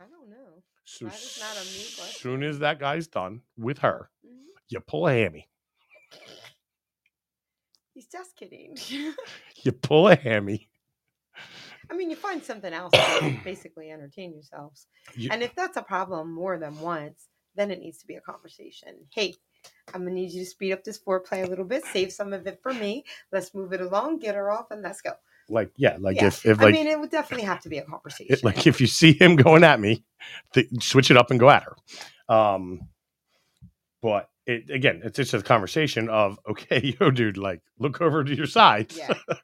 S2: I don't know.
S5: So
S2: That is not a me question.
S5: soon as that guy's done with her,
S2: Mhm.
S5: you pull a hammy.
S2: He's just kidding.
S5: You pull a hammy.
S2: I mean, you find something else to basically entertain yourselves.
S5: You-
S2: And if that's a problem more than once, then it needs to be a conversation. Hey, I'm gonna need you to speed up this foreplay a little bit, save some of it for me. Let's move it along, get her off, and let's go.
S5: like yeah, like
S2: Yeah,
S5: if if
S2: I
S5: like
S2: mean, it would definitely have to be a conversation.
S5: it, like if you see him going at me, th- switch it up and go at her. Um, but it again, it's just a conversation of okay, yo, dude, like look over to your sides,
S2: yeah.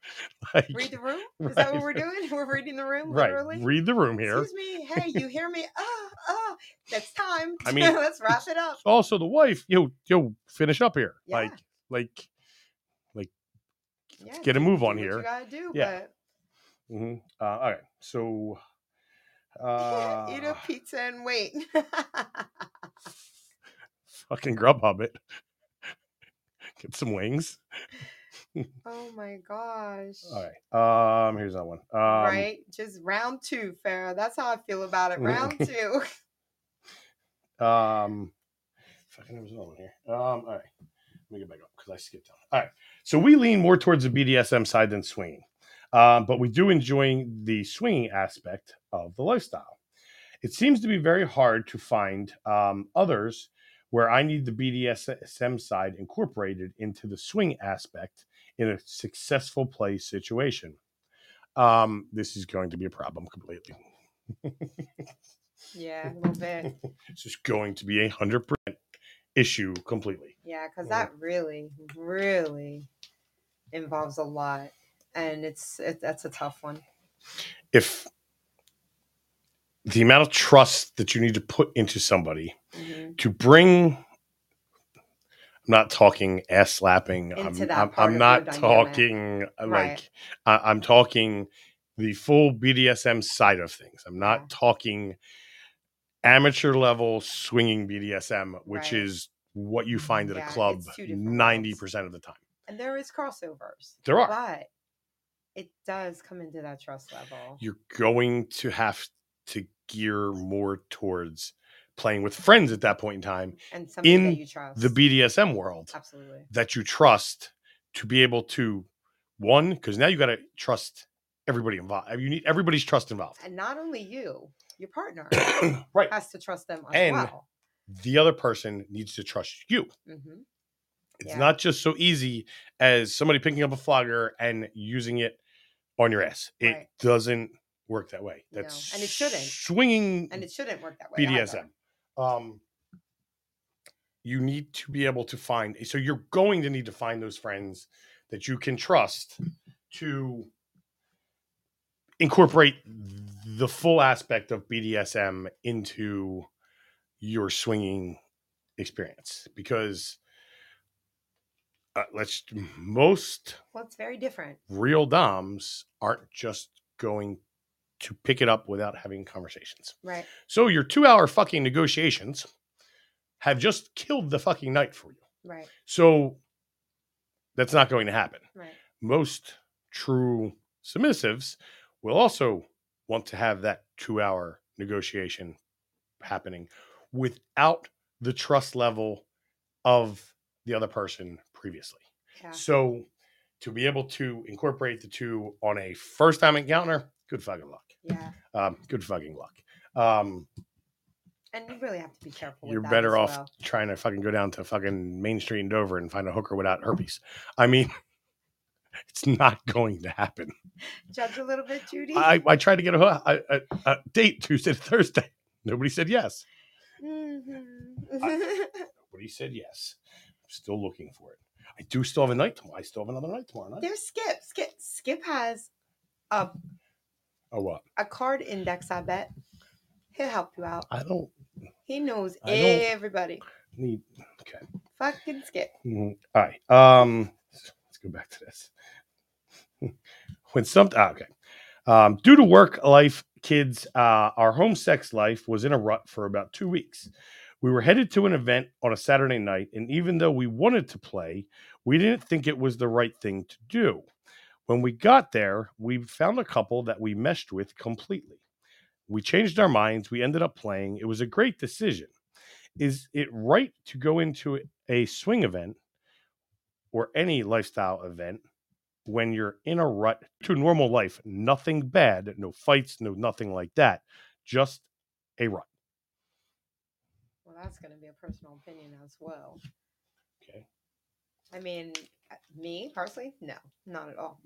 S5: like
S2: Read the room. Is that what we're
S5: Right.
S2: doing? We're reading the room,
S5: right,
S2: literally.
S5: read the room here.
S2: Excuse me. Hey, you hear me? Ah, ah. That's time.
S5: I mean,
S2: let's wrap it up.
S5: Also, the wife, yo, yo, finish up here,
S2: Yeah.
S5: like, like,
S2: Yeah,
S5: get a
S2: do-
S5: move
S2: do
S5: on
S2: what
S5: here.
S2: You gotta do,
S5: Yeah.
S2: but
S5: mhm. uh, all right, so.
S2: eat
S5: Uh,
S2: a pizza and wait.
S5: fucking Grubhub it. Get some wings.
S2: oh my gosh.
S5: All right. Um, here's that one. Um,
S2: right? Just round two, Farah. That's how I feel about it. Round two.
S5: Um, fucking, there was another one here. Um, all right. Let me get back up because I skipped down. All right. So we lean more towards the BDSM side than swinging, um, but we do enjoying the swinging aspect of the lifestyle. It seems to be very hard to find um, others where I need the BDSM side incorporated into the swing aspect in a successful play situation. Um, this is going to be a problem completely.
S2: yeah, a little bit.
S5: It's just going to be a hundred percent issue completely.
S2: Yeah, because
S5: Mhm.
S2: that really, really involves a lot. And it's it, that's a tough one.
S5: If the amount of
S2: Mm-hmm.
S5: trust that you need to put into somebody
S2: Mhm.
S5: to bring not talking ass slapping. I'm,
S2: Into that
S5: I'm,
S2: part
S5: I'm
S2: of
S5: not
S2: your dynamic.
S5: talking uh,
S2: Right.
S5: like I, I'm talking the full BDSM side of things. I'm not
S2: Yeah.
S5: talking amateur level swinging BDSM, which
S2: Right.
S5: is what you find at
S2: Yeah,
S5: a
S2: it's
S5: club
S2: two different worlds.
S5: 90% of the time.
S2: and there is crossovers.
S5: There are.
S2: but it does come into that trust level.
S5: You're going to have to gear more towards playing with friends at that point in time,
S2: and somebody
S5: in
S2: that you trust.
S5: the BDSM world.
S2: absolutely
S5: that you trust to be able to one because now you got to trust everybody involved you need everybody's trust involved
S2: and not only you your partner
S5: right
S2: has to trust them as
S5: And-
S2: well
S5: the other person needs to trust you
S2: Mhm.
S5: it's
S2: Yeah.
S5: not just so easy as somebody picking up a flogger and using it on your ass it
S2: Right.
S5: doesn't work that way
S2: No,
S5: that's
S2: and it shouldn't.
S5: swinging
S2: and it shouldn't work that way either.
S5: BDSM. Um, you need to be able to find. So you're going to need to find those friends that you can trust to incorporate the full aspect of BDSM into your swinging experience because uh, let's most
S2: well it's very different
S5: real doms aren't just going to pick it up without having conversations.
S2: right
S5: So your two hour fucking negotiations have just killed the fucking night for you.
S2: right
S5: So that's not going to happen.
S2: right
S5: Most true submissives will also want to have that two hour negotiation happening without the trust level of the other person previously.
S2: yeah
S5: So to be able to incorporate the two on a first time encounter, good fucking luck.
S2: yeah
S5: Um, good fucking luck. Um,
S2: and you really have to be careful with
S5: you're
S2: that
S5: better
S2: as
S5: off
S2: well.
S5: trying to fucking go down to fucking Main Street in Dover and find a hooker without herpes. I mean, it's not going to happen.
S2: judge a little bit judy
S5: I, I tried to get a, hoo- a, a, a date Tuesday to Thursday. Nobody said yes.
S2: Mhm.
S5: Nobody said yes. I'm still looking for it. I do still have a night tomorrow. I still have another night tomorrow night.
S2: there's skip skip skip has a,
S5: Oh, what?
S2: a card index i bet he'll help you out
S5: I don't
S2: he knows
S5: I don't-
S2: everybody
S5: need.
S2: fucking skip
S5: Mhm. All right. Um, let's go back to this. when some ah, okay, um, due to work life, kids, uh, our home sex life was in a rut for about two weeks. We were headed to an event on a Saturday night, and even though we wanted to play, we didn't think it was the right thing to do. When we got there, we found a couple that we meshed with completely. We changed our minds. We ended up playing. It was a great decision. Is it right to go into a swing event or any lifestyle event when you're in a rut to normal life, nothing bad, no fights, no nothing like that, just a rut.
S2: well that's going to be a personal opinion as well
S5: Okay.
S2: I mean, uh, me personally, no, not at all.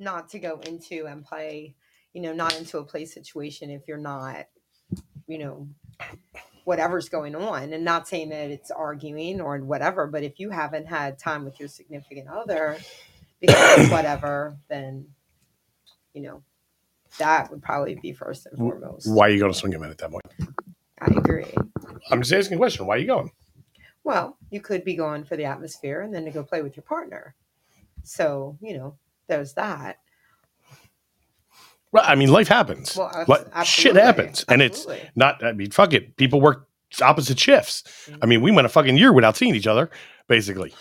S2: Not to go into and play, you know, not into a play situation if you're not, you know, whatever's going on. And not saying that it's arguing or whatever, but if you haven't had time with your significant other because of whatever, then, you know, that would probably be first and
S5: W-
S2: foremost.
S5: Why are you going to swing event at that point?
S2: I agree.
S5: I'm just asking a question. Why are you going?
S2: Well, you could be going for the atmosphere and then to go play with your partner. So, you know, there's that.
S5: Well, I mean, life happens.
S2: Well, abs-
S5: Like, shit
S2: absolutely.
S5: happens. And it's
S2: Absolutely.
S5: not, I mean, fuck it. People work opposite shifts. I mean, we went a fucking year without seeing each other, basically,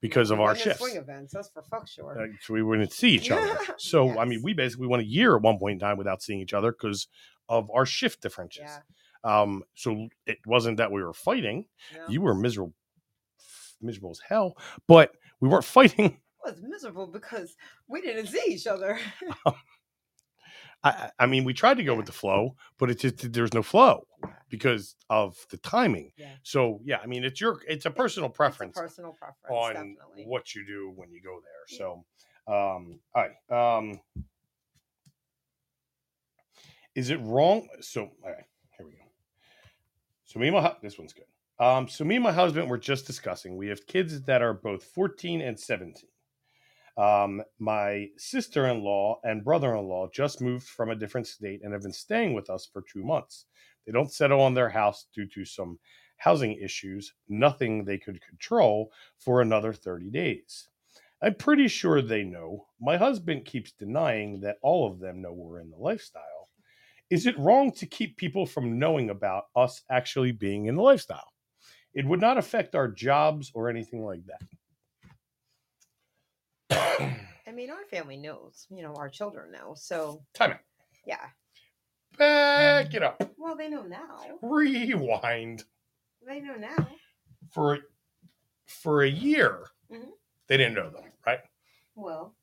S5: because of
S2: Well,
S5: our
S2: then
S5: shifts.
S2: Swing events, that's for fuck sure.
S5: Uh, so we wouldn't see each other. So I mean,
S2: Yes.
S5: we basically went a year at one point in time without seeing each other because of our shift differences.
S2: yeah.
S5: Um, so it wasn't that we were fighting.
S2: No.
S5: You were miserable, miserable as hell, but we weren't fighting.
S2: I was miserable because we didn't see each other.
S5: I, I I mean, we tried to go with the flow, but it just there was no flow because of the timing.
S2: Yeah.
S5: So yeah, I mean, it's your it's a personal
S2: It's a
S5: preference.
S2: personal preference.
S5: on
S2: definitely.
S5: what you do when you go there.
S2: Yeah.
S5: So, um, all right. Um, is it wrong? So, all right, here we go. So, me and my hu- this one's good. Um, so, me and my husband were just discussing. We have kids that are both 14 and 17. Um, my sister in law and brother in law just moved from a different state and have been staying with us for two months. They don't settle on their house due to some housing issues, nothing they could control, for another 30 days. I'm pretty sure they know. My husband keeps denying that all of them know we're in the lifestyle. Is it wrong to keep people from knowing about us actually being in the lifestyle? It would not affect our jobs or anything like that.
S2: I mean, our family knows, you know, our children know. So,
S5: Time out.
S2: yeah.
S5: Back it up.
S2: Well, they know now.
S5: Rewind
S2: They know now.
S5: for for a year.
S2: Mhm.
S5: They didn't know them, right?
S2: Well,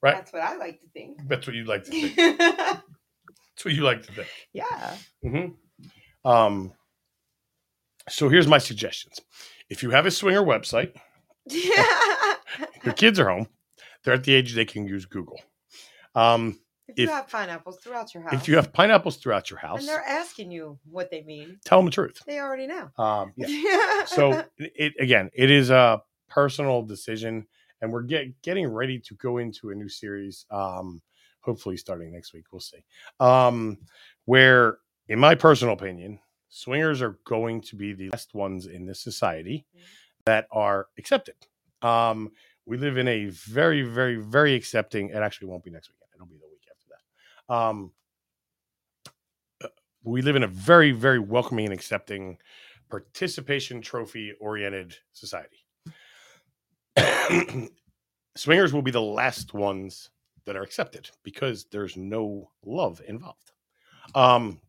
S5: Right.
S2: that's what I like to think.
S5: That's what you'd like to think. That's what you like to think.
S2: yeah.
S5: Mm-hmm. Um, so here's my suggestions. If you have a swinger website, your kids are home, they're at the age they can use Google. Um,
S2: if you
S5: If-
S2: have pineapples throughout your house,
S5: if you have pineapples throughout your house,
S2: and they're asking you what they mean,
S5: tell them the truth.
S2: they already know.
S5: Um, yeah. So it- it again, it is a personal decision, and we're get, getting ready to go into a new series. Um, hopefully, starting next week, we'll see. Um, where, in my personal opinion, swingers are going to be the last ones in this society
S2: Mhm.
S5: that are accepted. Um, we live in a very, very, very accepting. It actually won't be next weekend. It'll be the week after that. Um, uh, we live in a very, very welcoming and accepting participation trophy oriented society. Swingers will be the last ones that are accepted because there's no love involved. Um,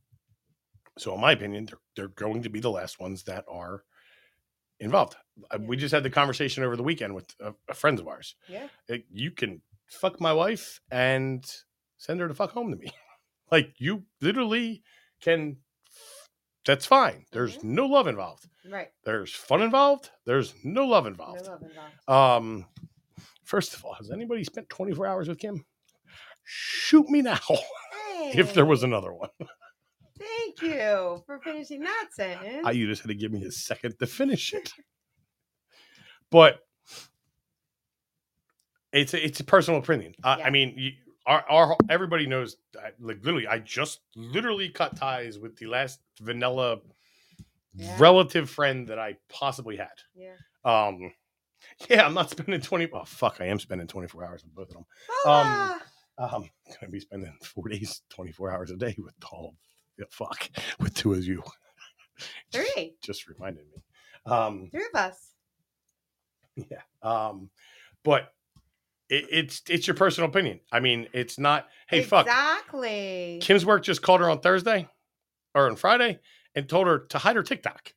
S5: so, in my opinion, they're, they're going to be the last ones that are involved. Uh, We just had the conversation over the weekend with uh, friends of ours.
S2: Yeah.
S5: Like, you can fuck my wife and send her to fuck home to me. like, you literally can, that's fine. There's
S2: Mhm.
S5: no love involved
S2: right.
S5: there's fun involved. There's no love
S2: No
S5: involved.
S2: love involved.
S5: Um, first of all, has anybody spent 24 hours with Kim? Shoot me now if there was
S2: Hey,
S5: another one.
S2: Thank you for finishing that sentence.
S5: I, you just had to give me a second to finish it. but it's a, it's a personal opinion. I,
S2: Yeah.
S5: I mean, you, our, our everybody knows. I- Like literally, I just literally cut ties with the last vanilla
S2: Yeah.
S5: relative friend that I possibly had.
S2: yeah.
S5: Um, yeah, I'm not spending 20. Oh, fuck, I am spending 24 hours with both of them.
S2: Hola!
S5: Um, I'm gonna be spending four days, 24 hours a day with all yeah, fuck with two of you.
S2: three.
S5: Just reminded me. Um,
S2: Three of us.
S5: yeah. Um, but it, it's it's your personal opinion. I mean, it's not. Hey, fuck.
S2: Exactly.
S5: Kim's work just called her on Thursday or on Friday and told her to hide her TikTok.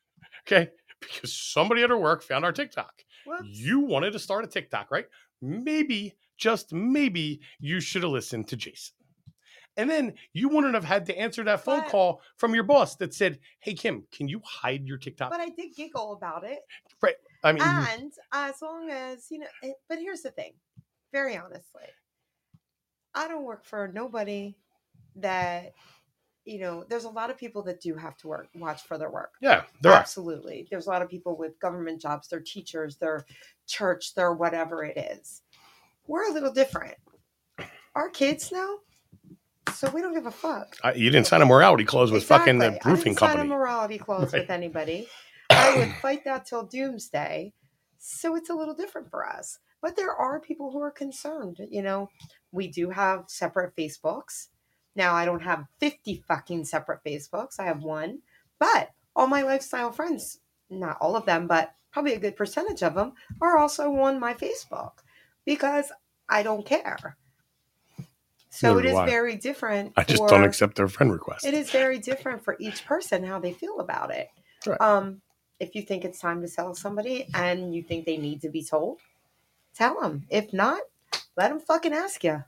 S5: Okay, because somebody at her work found our TikTok.
S2: Whoops.
S5: you wanted to start a TikTok, right? Maybe, just maybe, you should have listened to Jason. And then you wouldn't have had to answer that phone
S2: But-
S5: call from your boss that said, Hey, Kim, can you hide your TikTok?
S2: But I did giggle about it.
S5: I mean,
S2: And as long as, you know, it, but here's the thing very honestly, I don't work for nobody that, you know, there's a lot of people that do have to work, watch for their work.
S5: yeah, there are.
S2: Absolutely. There's a lot of people with government jobs, they're teachers, they're church, they're whatever it is. We're a little different. Our kids know, so we don't give a fuck.
S5: I, you didn't sign a morality clause with fucking the
S2: Exactly.
S5: roofing
S2: I didn't sign
S5: company.
S2: a morality clause
S5: Right.
S2: with anybody. I would fight that till doomsday. So it's a little different for us. But there are people who are concerned. You know, we do have separate Facebooks. Now I don't have 50 fucking separate Facebooks. I have one. But all my lifestyle friends, not all of them, but probably a good percentage of them are also on my Facebook because I don't care. So
S5: Neither
S2: it
S5: do
S2: is
S5: I.
S2: very different.
S5: I just
S2: for-
S5: don't accept their friend request.
S2: it is very different for each person how they feel about it.
S5: Right.
S2: Um, if you think it's time to sell somebody and you think they need to be told, tell them. If not, let them fucking ask you.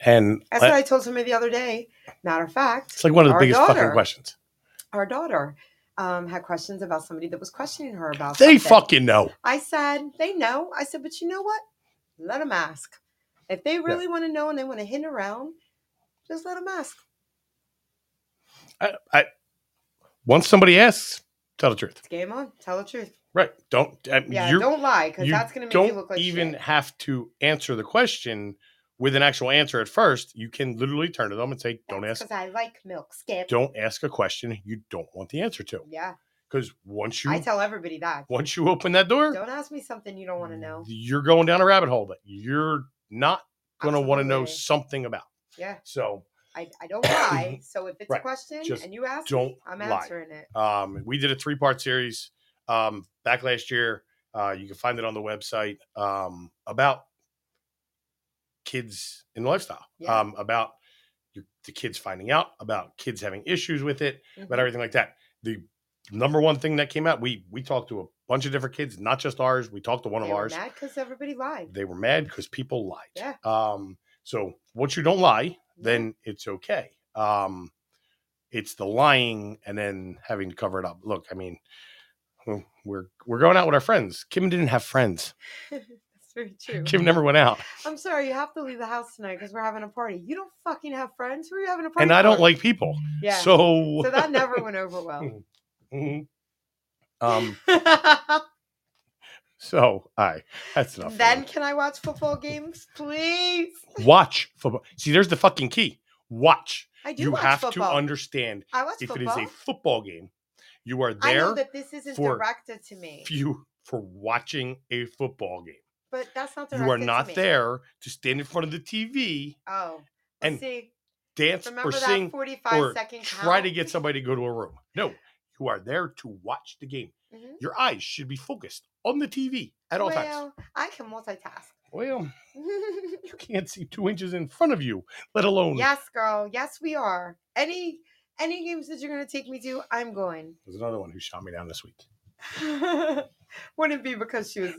S5: And
S2: That's
S5: I-
S2: what I told somebody the other day. Matter of fact,
S5: it's like one of the
S2: our
S5: biggest fucking
S2: daughter.
S5: questions.
S2: our daughter um, had questions about somebody that was questioning her about.
S5: They
S2: something.
S5: fucking know.
S2: I said they know. I said, but you know what? Let them ask. If they really want to know and they want to hint around, just let them ask.
S5: I, I, once somebody asks, tell the truth.
S2: It's game on. Tell the truth.
S5: Right. Don't. I,
S2: Yeah,
S5: you're,
S2: don't lie because
S5: you
S2: that's going to make
S5: don't
S2: you look like
S5: even
S2: shit.
S5: have to answer the question with an actual answer at first, you can literally turn to them and say, "Don't ask,
S2: Because I like milk. Skip.
S5: don't ask a question you don't want the answer to."
S2: Yeah.
S5: Because once
S2: I
S5: you
S2: tell everybody that.
S5: once you open that door,
S2: Don't ask me something you don't want to know.
S5: You're going down a rabbit hole that you're not going to want to know
S2: Absolutely.
S5: something about.
S2: Yeah.
S5: So,
S2: I, I don't lie. So if it's
S5: Right.
S2: a question
S5: Just
S2: and you ask
S5: don't
S2: me, I'm
S5: lie.
S2: answering it.
S5: um, we did a three part series um, back last year. Uh, you can find it on the website um, about kids in lifestyle,
S2: Yeah.
S5: um, about your, the kids finding out, about kids having issues with it, about
S2: Mhm.
S5: everything like that. The number one thing that came out, we we talked to a bunch of different kids, not just ours. We talked to one
S2: They
S5: of
S2: were
S5: ours.
S2: mad because everybody lied.
S5: they were mad because people lied.
S2: Yeah.
S5: Um, so once you don't lie, then it's okay. Um, it's the lying and then having to cover it up. Look, I mean, we're- we're we're going out with our friends. Kim didn't have friends.
S2: That's very true.
S5: Kim never went out,
S2: I'm sorry, you have to leave the house tonight because we're having a party. You don't fucking have friends. Who are you having a party?
S5: and I don't
S2: for?
S5: like people.
S2: Yeah. So,
S5: So,
S2: that Oh. never went over well.
S5: Mhm. um,
S2: then
S5: so I that's enough. for now.
S2: can I watch football games, please?
S5: watch football. See, there's the fucking key. Watch.
S2: I do
S5: You
S2: watch
S5: have
S2: football.
S5: to understand
S2: I watch
S5: if it is
S2: football.
S5: a football game, you are
S2: I know
S5: there
S2: that this isn't
S5: for
S2: directed to me,
S5: few for watching a football game.
S2: but that's not directed.
S5: You are
S2: to
S5: not
S2: me.
S5: there to stand in front of the TV,
S2: Oh,
S5: and
S2: and see,
S5: dance
S2: remember
S5: or
S2: that
S5: sing,
S2: 45
S5: or
S2: second
S5: try to
S2: count?
S5: get somebody to go to a room. No, you are there to watch the game.
S2: Mhm.
S5: Your eyes should be focused on the TV at all times.
S2: well, I can multitask.
S5: Well, you can't see two inches in front of you, let alone.
S2: yes, girl. Yes, we are. Any any games that you're gonna take me to, I'm going.
S5: There's another one who shot me down this week.
S2: Wouldn't be because she was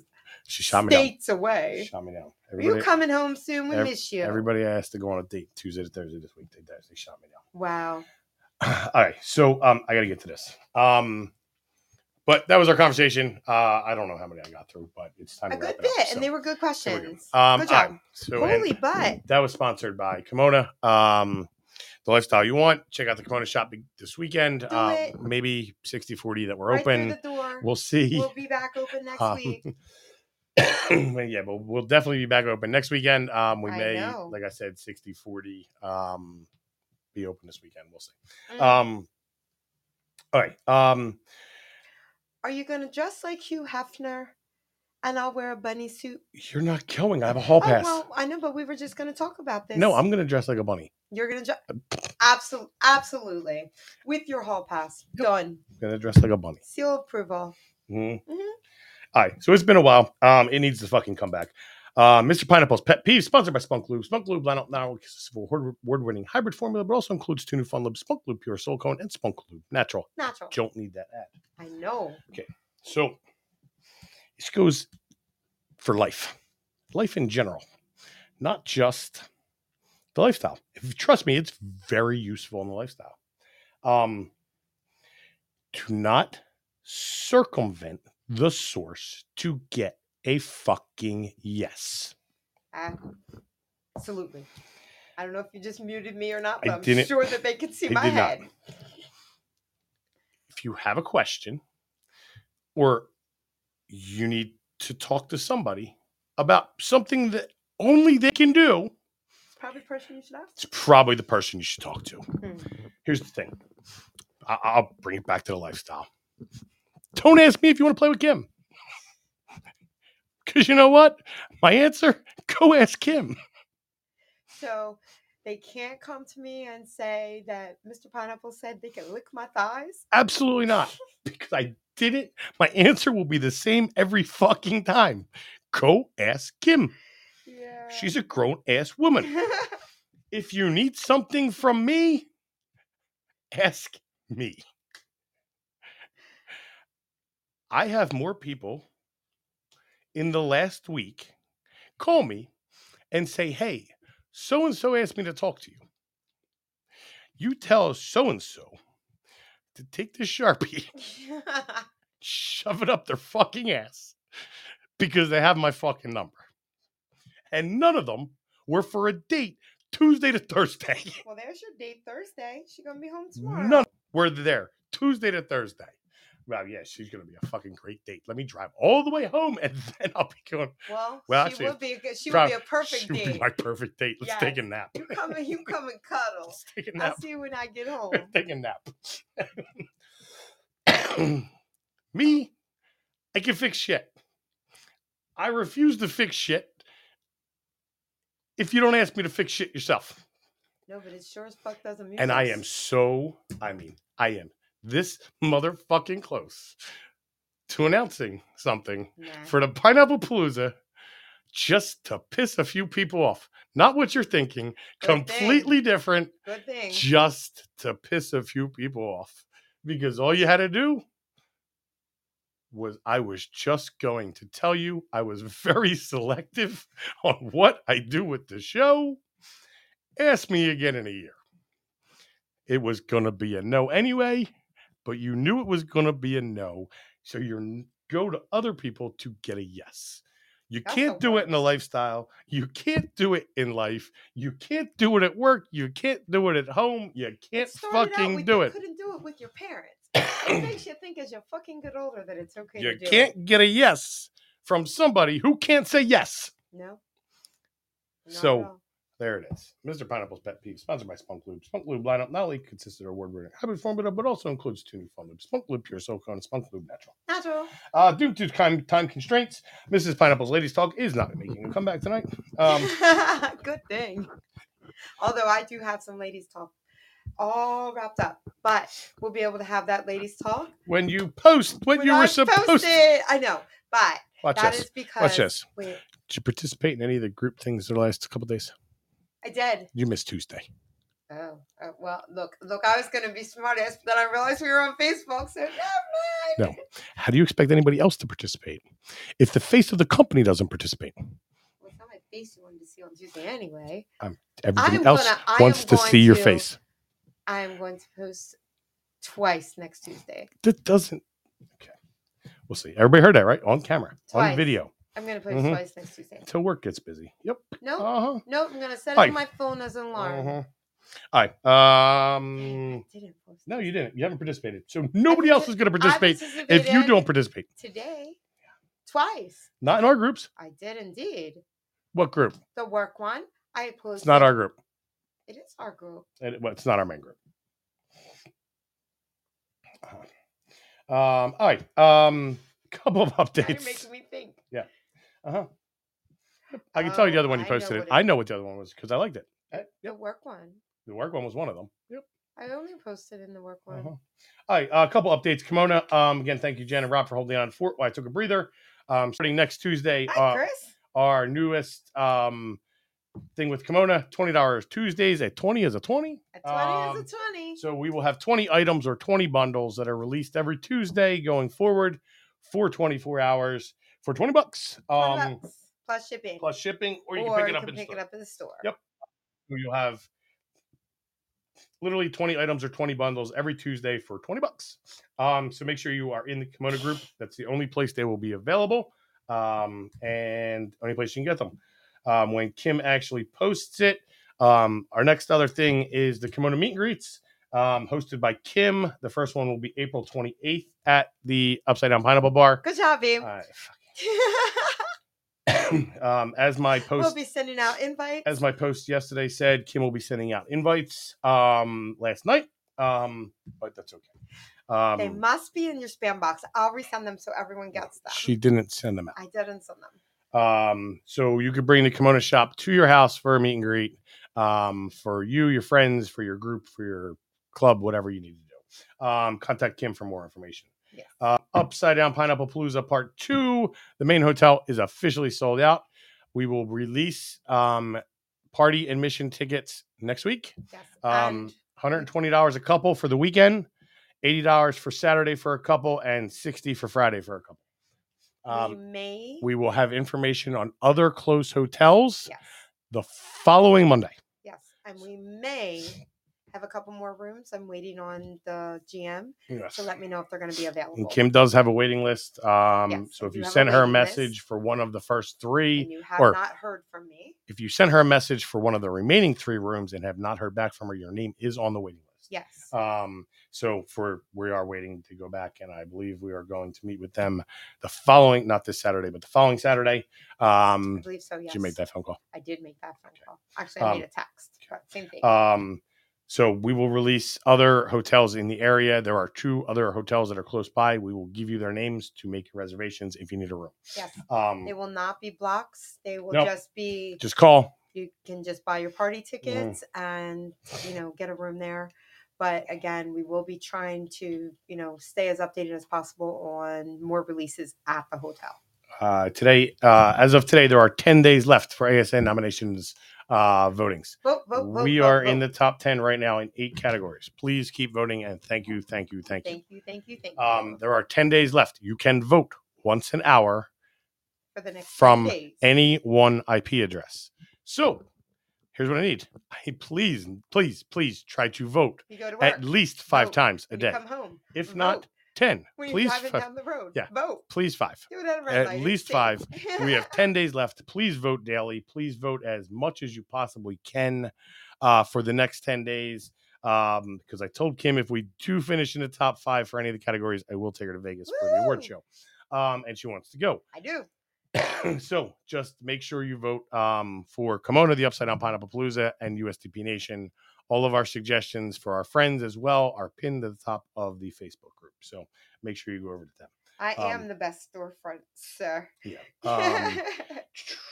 S5: She shot me
S2: states
S5: down.
S2: away.
S5: Shot me down.
S2: you coming home soon? We
S5: ev-
S2: miss you.
S5: everybody I asked to go on a date Tuesday to Thursday this week. They, they shot me down.
S2: Wow.
S5: all right so um i gotta get to this um but that was our conversation uh i don't know how many i got through but it's time
S2: A
S5: to wrap
S2: good
S5: it
S2: bit.
S5: up, so
S2: and they were good
S5: here we go.
S2: questions.
S5: um
S2: good
S5: all right,
S2: job.
S5: so and
S2: Holy butt.
S5: that was sponsored by kimona um the lifestyle you want check out the kimona shop this weekend uh,
S2: it.
S5: maybe 60 40 that we're
S2: Right through
S5: open
S2: the door.
S5: we'll see
S2: We'll be back open next
S5: Um,
S2: week.
S5: Well, yeah, but we'll definitely be back open next weekend. Um, we
S2: I
S5: may,
S2: know.
S5: like I said, 60 40 um, be open this weekend. We'll see.
S2: Mm.
S5: Um, all right. Um,
S2: Are you going to dress like Hugh Hefner? And I'll wear a bunny suit.
S5: you're not going. I have a hall pass.
S2: Oh, well, I know, but we were just going to talk about this.
S5: no, I'm Uh, gonna dress like a bunny.
S2: You're going to dress. Absolutely. Absolutely. With your hall pass. Done.
S5: I'm gonna dress like a bunny.
S2: Seal of approval.
S5: Mhm.
S2: Mhm.
S5: All right. So it's been a while. Um, it needs to fucking come back. Uh, Mr. Pineapple's Pet Peeve, sponsored by Spunk Lube. Spunk Lube not not only consists of award- award-winning hybrid formula, but also includes two new fun lubes, Spunk Lube Pure Soul Cone and Spunk Lube Natural.
S2: Natural.
S5: Don't need that ad.
S2: I know.
S5: So this goes for life, life in general, not just the lifestyle. If, trust me, it's very useful in the lifestyle. Um, do not circumvent the source to get a fucking yes.
S2: Absolutely. I don't know if you just muted me or not,
S5: I
S2: but I'm
S5: didn't-
S2: sure that they could see
S5: I
S2: my
S5: did not.
S2: head.
S5: If you have a question or you need to talk to somebody about something that only they can do,
S2: Probably the person you should ask. Hmm.
S5: it's probably the person you should talk to. Here's the thing I- I'll bring it back to the lifestyle. Don't ask me if you want to play with Kim. Because you know what? My answer go ask Kim.
S2: So they can't come to me and say that Mr. Pineapple said they can lick my thighs.
S5: Absolutely not. Because I didn't. My answer will be the same every fucking time. Go ask Kim.
S2: Yeah.
S5: She's a grown ass woman. If you need something from me, ask me. I have more people in the last week call me and say, Hey, so and so asked me to talk to you. You tell so and so to take the Sharpie, shove it up their fucking ass because they have my fucking number. And none of them were for a date Tuesday to Thursday.
S2: well, there's your date Thursday. She's gonna be home tomorrow.
S5: None were there Tuesday to Thursday. Well, yeah, she's going to be a fucking great date. Let me drive all the way home, and then I'll be going.
S2: Well,
S5: Well,
S2: she
S5: actually,
S2: would be a good, she
S5: drive-
S2: would be a perfect
S5: she would be
S2: date.
S5: my perfect date. Let's take a nap.
S2: you come and you come and cuddle.
S5: Let's take a
S2: I'll
S5: nap.
S2: see you when I get home.
S5: take a nap. Me, I can fix shit. I refuse to fix shit if you don't ask me to fix shit yourself.
S2: No, but it sure as fuck doesn't mean.
S5: And I am so, I mean, I am this motherfucking close to announcing something
S2: Nah.
S5: for the Pineapple Palooza just to piss a few people off. Not what you're thinking,
S2: Good thing.
S5: completely different,
S2: Good thing.
S5: just to piss a few people off. Because all you had to do was I was just going to tell you I was very selective on what I do with the show. Ask me again in a year. It was going to be a no anyway, but you knew it was going to be a no. So you are go to other people to get a yes. You
S2: That's the
S5: can't do it in a lifestyle. You can't do it in life. You can't do it at work. You can't do it at home. You can't
S2: Started out
S5: fucking
S2: with
S5: do
S2: you
S5: it.
S2: Couldn't do it with your parents. It makes you think as you fucking get older that it's okay
S5: You
S2: to do it.
S5: can't get a yes from somebody who can't say yes.
S2: No. Not at
S5: So,
S2: all.
S5: There it is. Mr. Pineapple's Pet Peeve, sponsored by Spunk Lube. Spunk Lube lineup not only consists of award winning habit formula, but also includes two new fun lubes Spunk Lube Pure Silicone and Spunk Lube Natural.
S2: natural.
S5: Uh, due to time, time constraints, Mrs. Pineapple's Ladies Talk is not making a comeback tonight. Um,
S2: Good thing. Although I do have some ladies talk all wrapped up, but we'll be able to have that ladies talk.
S5: when you post what
S2: when
S5: you
S2: I
S5: were supposed
S2: post
S5: to.
S2: it. I know, but
S5: Watch
S2: that
S5: this.
S2: is because.
S5: this.
S2: Wait,
S5: Did you participate in any of the group things the last couple days?
S2: I did.
S5: You missed Tuesday.
S2: Oh, uh, well, look, look, I was going to be smart ass, but then I realized we were on Facebook, so never
S5: No.
S2: mind.
S5: How do you expect anybody else to participate if the face of the company doesn't participate?
S2: Well, it's not my face you wanted to see on Tuesday anyway.
S5: Everybody
S2: am
S5: else
S2: gonna- I
S5: wants
S2: am
S5: to
S2: going
S5: see your
S2: to-
S5: face.
S2: I am going to post twice next Tuesday.
S5: That doesn't. Okay. We'll see. Everybody heard that, right? On camera,
S2: Twice.
S5: on video,
S2: I'm going to post
S5: Mhm.
S2: twice next Tuesday.
S5: until work gets busy. Yep.
S2: No,
S5: Uh huh.
S2: no, I'm going to set
S5: Hi.
S2: up my phone as an alarm.
S5: Uh-huh. All right. Um,
S2: Dang, I didn't post
S5: no,
S2: it.
S5: you didn't. You haven't participated. So nobody
S2: I
S5: else is going to
S2: I
S5: participate if you
S2: participated
S5: don't participate.
S2: Today, twice.
S5: Not in our groups.
S2: I did indeed.
S5: What group?
S2: The work one, I posted.
S5: It's not our group.
S2: It is our group.
S5: It- well, it's not our main group. Uh-huh. Um, all right. Um, couple of
S2: Now You're
S5: updates.
S2: making me think.
S5: Uh-huh. Yep, I can tell you the
S2: Oh,
S5: other one you
S2: I know
S5: posted.
S2: what
S5: it.
S2: it
S5: I
S2: is.
S5: know what the other one was because I liked it. Eh,
S2: The
S5: Yep.
S2: work one.
S5: The work one was one of them. Yep.
S2: I only posted in the work one.
S5: Uh-huh. All right, uh, a couple updates. Kimona, um, again, thank you, Jen and Rob, for holding on for while I took a breather. Um, starting next Tuesday,
S2: Hi,
S5: uh,
S2: Chris.
S5: our newest um, thing with Kimona, twenty dollars Tuesdays at twenty is a twenty.
S2: A 20
S5: um,
S2: is a 20.
S5: So we will have twenty items or twenty bundles that are released every Tuesday going forward for twenty-four hours for twenty bucks,
S2: 20
S5: um,
S2: bucks plus shipping.
S5: plus shipping, or you can pick it up in store.
S2: in the store.
S5: Yep. So you'll have literally 20 items or 20 bundles every Tuesday for 20 bucks. Um, so make sure you are in the Kimono group. That's the only place they will be available um, and only place you can get them. Um, when Kim actually posts it, um, our next other thing is the Kimono meet and greets um, hosted by Kim. The first one will be April 28th at the Upside Down Pineapple Bar.
S2: Good job, babe.
S5: Uh, um, as my post
S2: we'll be sending out invites.
S5: as my post yesterday said, Kim will be sending out invites um last night. Um, but that's okay.
S2: they
S5: Um,
S2: must be in your spam box. I'll resend them so everyone gets them.
S5: she didn't send them
S2: I didn't send them.
S5: out. Um, so you could bring the kimono shop to your house for a meet and greet. Um, for you, your friends, for your group, for your club, whatever you need to do. Um, contact Kim for more information.
S2: Yes.
S5: Uh, Upside Down Pineapple Palooza Part Two. The main hotel is officially sold out. We will release um party admission tickets next week.
S2: Yes.
S5: Um,
S2: and
S5: hundred and twenty dollars a couple for the weekend, eighty dollars for Saturday for a couple, and sixty for Friday for a couple.
S2: we
S5: Um,
S2: may.
S5: we will have information on other close hotels
S2: yes.
S5: the following Monday.
S2: Yes. And we may have a couple more rooms. I'm waiting on the GM
S5: Yes.
S2: to let me know if they're going to be available.
S5: And Kim does have a waiting list. Um,
S2: Yes,
S5: so
S2: if
S5: if
S2: you
S5: you
S2: have a
S5: send her a
S2: waiting list.
S5: message for one of the first
S2: and
S5: three,
S2: you have
S5: or-
S2: not heard from me.
S5: if you send her a message for one of the remaining three rooms and have not heard back from her, your name is on the waiting list.
S2: Yes.
S5: Um, so for we are waiting to go back, and I believe we are going to meet with them the following, not this Saturday, but the following Saturday.
S2: I
S5: Um,
S2: believe so. Yes.
S5: Did you make that phone call?
S2: I did make that phone call. Actually, I
S5: Um,
S2: made a text. But same thing.
S5: Um, so we will release other hotels in the area. There are two other hotels that are close by. We will give you their names to make your reservations if you need a room.
S2: yes.
S5: Um,
S2: They will not be blocks. They will
S5: Nope.
S2: just be.
S5: just call.
S2: you can just buy your
S5: Mm.
S2: party tickets and you know get a room there but again we will be trying to you know stay as updated as possible on more releases at the hotel
S5: Uh, today, uh, as of today, there are ten days left for ASN nominations uh, votings.
S2: vote, vote, vote,
S5: we
S2: vote,
S5: are in the
S2: vote.
S5: top ten right now in eight categories. Please keep voting, and thank you, thank you, thank you.
S2: thank you thank you thank you
S5: Um, there are 10 days left. You can vote once an hour
S2: for the next
S5: from
S2: three days.
S5: any one IP address. So here's what I need. I please, please, please try to vote
S2: you go to work
S5: at least five
S2: Vote.
S5: times a
S2: when
S5: day.
S2: you come home
S5: If
S2: vote.
S5: not, 10.
S2: when you're
S5: Please,
S2: driving
S5: fi-
S2: down the road
S5: yeah.
S2: vote
S5: please five.
S2: Do it at a red
S5: At
S2: light, it's
S5: least
S2: safe.
S5: five. We have 10 days left. Please vote daily. Please vote as much as you possibly can uh, for the next 10 days. Um, because I told Kim if we do finish in the top five for any of the categories, I will take her to Vegas for the award
S2: Woo!
S5: show. Um, and she wants to go.
S2: i do
S5: so just make sure you vote um, for Kimona, the Upside Down Pineapple Palooza, and USDP Nation. All of our suggestions for our friends as well are pinned to the top of the Facebook group. So make sure you go over to them.
S2: i
S5: Um,
S2: am the best storefront sir
S5: Yeah.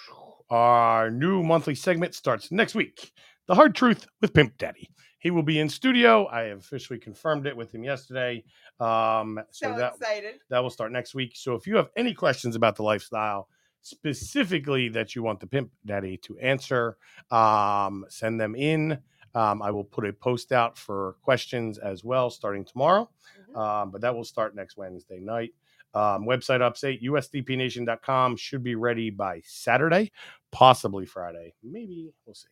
S5: Um, our new monthly segment starts next week. The Hard Truth with Pimp Daddy. He will be in studio. I officially confirmed it with him yesterday. Um, so
S2: so
S5: that
S2: excited
S5: that will start next week. So if you have any questions about the lifestyle, specifically that you want the Pimp Daddy to answer, um, send them in. Um, I will put a post out for questions as well starting tomorrow,
S2: Mhm.
S5: um, but that will start next Wednesday night. Um, website update usdpnation.com should be ready by Saturday, possibly Friday. Maybe we'll see.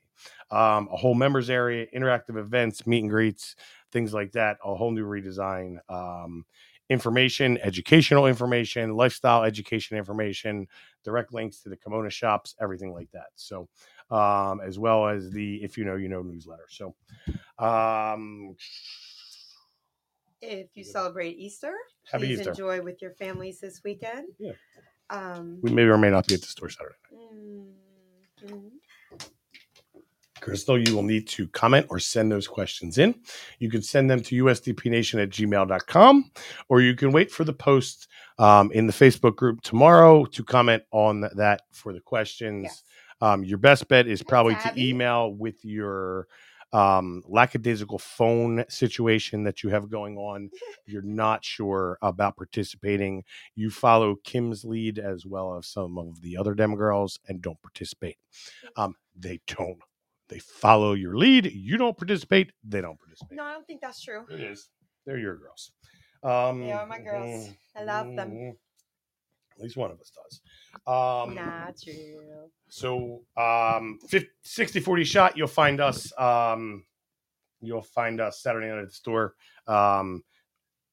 S5: Um, a whole members area, interactive events, meet and greets, things like that, a whole new redesign. Um, information, educational information, lifestyle education information, direct links to the kimono shops, everything like that. So, um, as well as the if you know, you know newsletter. So, um,
S2: if you
S5: Yeah.
S2: celebrate easter
S5: happy
S2: please
S5: Easter.
S2: enjoy with your families this weekend
S5: Yeah.
S2: um
S5: we may or may not be at the store Saturday.
S2: Mm-hmm.
S5: Crystal, you will need to comment or send those questions in. You can send them to usdpnation at gmail.com, or you can wait for the post um, in the Facebook group tomorrow to comment on that for the questions.
S2: Yes.
S5: Um, your best bet is
S2: Hi,
S5: probably to
S2: Tabby.
S5: email with your um, lackadaisical phone situation that you have going on. You're not sure about participating. You follow Kim's lead as well as some of the other dem girls and don't participate. Um, they don't. They follow your lead. You don't participate. They don't participate.
S2: No, I don't think that's true.
S5: It is. They're your girls. Um,
S2: They are my girls.
S5: mm,
S2: I love them.
S5: mm. At least one of us does. Um,
S2: Not true.
S5: so um 50, 60 40 shot, you'll find us um you'll find us Saturday night at the store. Um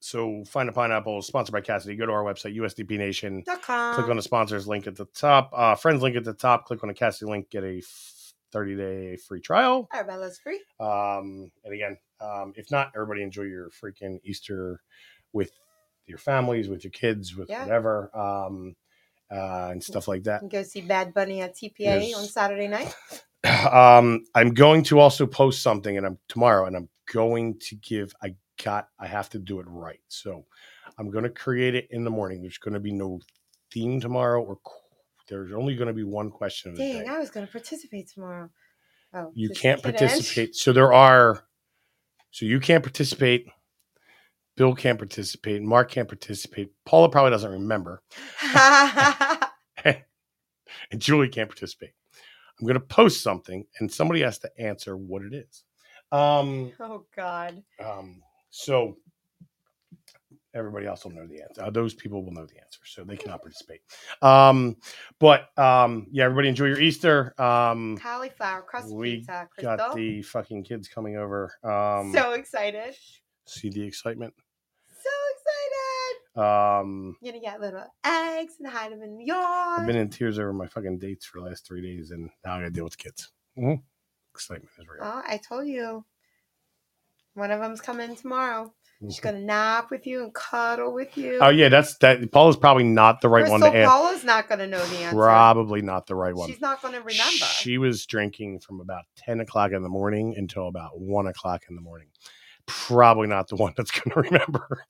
S5: so find a pineapple sponsored by Cassidy. Go to our website, USDP Nation.
S2: Dot com.
S5: Click on the sponsors link at the top, uh friends link at the top, click on the Cassidy link, get a 30 day free trial.
S2: Arabella's free.
S5: Um, and again, um, if not, everybody enjoy your freaking Easter with your families, with your kids, with
S2: Yeah.
S5: whatever, um, uh, and stuff like that.
S2: You can go see Bad Bunny at TPA on
S5: Yes.
S2: Saturday night.
S5: um i'm going to also post something and i'm tomorrow and i'm going to give i got i have to do it right so i'm going to create it in the morning there's going to be no theme tomorrow or qu- there's only going to be one question of the
S2: Dang,
S5: day.
S2: I was going to participate tomorrow. Oh,
S5: you
S2: just
S5: can't
S2: kidding.
S5: participate so there are so you can't participate bill can't participate mark can't participate paula probably doesn't remember and Julie can't participate. I'm going to post something, and somebody has to answer what it is. Um,
S2: oh, God.
S5: um, so everybody else will know the answer. Uh, those people will know the answer, so they cannot participate. Um, but um, yeah, everybody enjoy your Easter. Um,
S2: Cauliflower crust
S5: we
S2: pizza, Crystal.
S5: got the fucking kids coming over. Um,
S2: so excited.
S5: see the excitement.
S2: So excited.
S5: Um,
S2: You're going to get little eggs and hide them in the
S5: I've
S2: yard.
S5: been in tears over my fucking dates for the last three days, Mm-hmm. and now I got to deal with the kids. Mhm. Excitement is real.
S2: oh, I told you. One of them's coming tomorrow. She's
S5: Mhm.
S2: gonna nap with you and cuddle with you.
S5: Oh yeah, that's that. Paula's probably not the right
S2: Crystal
S5: one to answer.
S2: Paula's not gonna know the answer.
S5: Probably not the right one.
S2: She's not gonna remember.
S5: She was drinking from about 10 o'clock in the morning until about 1 o'clock in the morning. Probably not the one that's going to remember.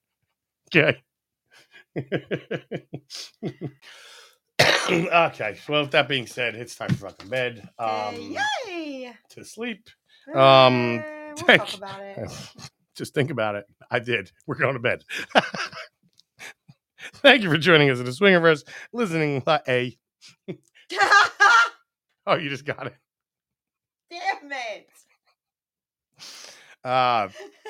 S5: Okay. okay. Well, with that being said, it's time for fucking bed
S2: Uh,
S5: um,
S2: yay!
S5: to sleep.
S2: Uh,
S5: um,
S2: we'll
S5: thank-
S2: talk about it.
S5: Just think about it. I did. We're going to bed. Thank you for joining us in the Swingerverse. Listening, li- a. Oh, you just got it.
S2: Damn it!
S5: Uh,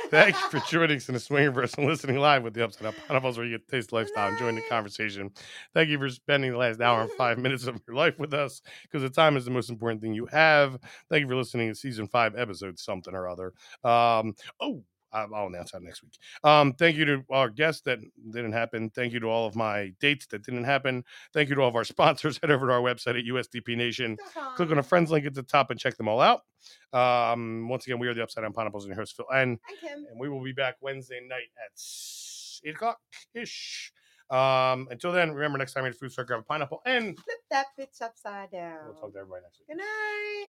S5: Thank you for joining us in the Swingerverse and listening live with the Upside Up Podivals, where you get to taste lifestyle and join the
S2: Nice.
S5: conversation. Thank you for spending the last hour and five minutes of your life with us, because the time is the most important thing you have. Thank you for listening to season five, episode something or other. Um, oh, I- I'll announce that next week. Um, thank you to our guests that didn't happen. Thank you to all of my dates that didn't happen. Thank you to all of our sponsors. Head over to our website at USDP Nation. Click on a friends link at the top and check them all out. Um, once again, we are the Upside Down Pineapples and your host Phil and
S2: Hi, Kim.
S5: and we will be back Wednesday night at s- eight o'clock ish. Um, until then, remember next time you eat a food, start grab a pineapple, and
S2: Flip that bitch upside
S5: we'll
S2: down.
S5: talk to everybody next week.
S2: Good night.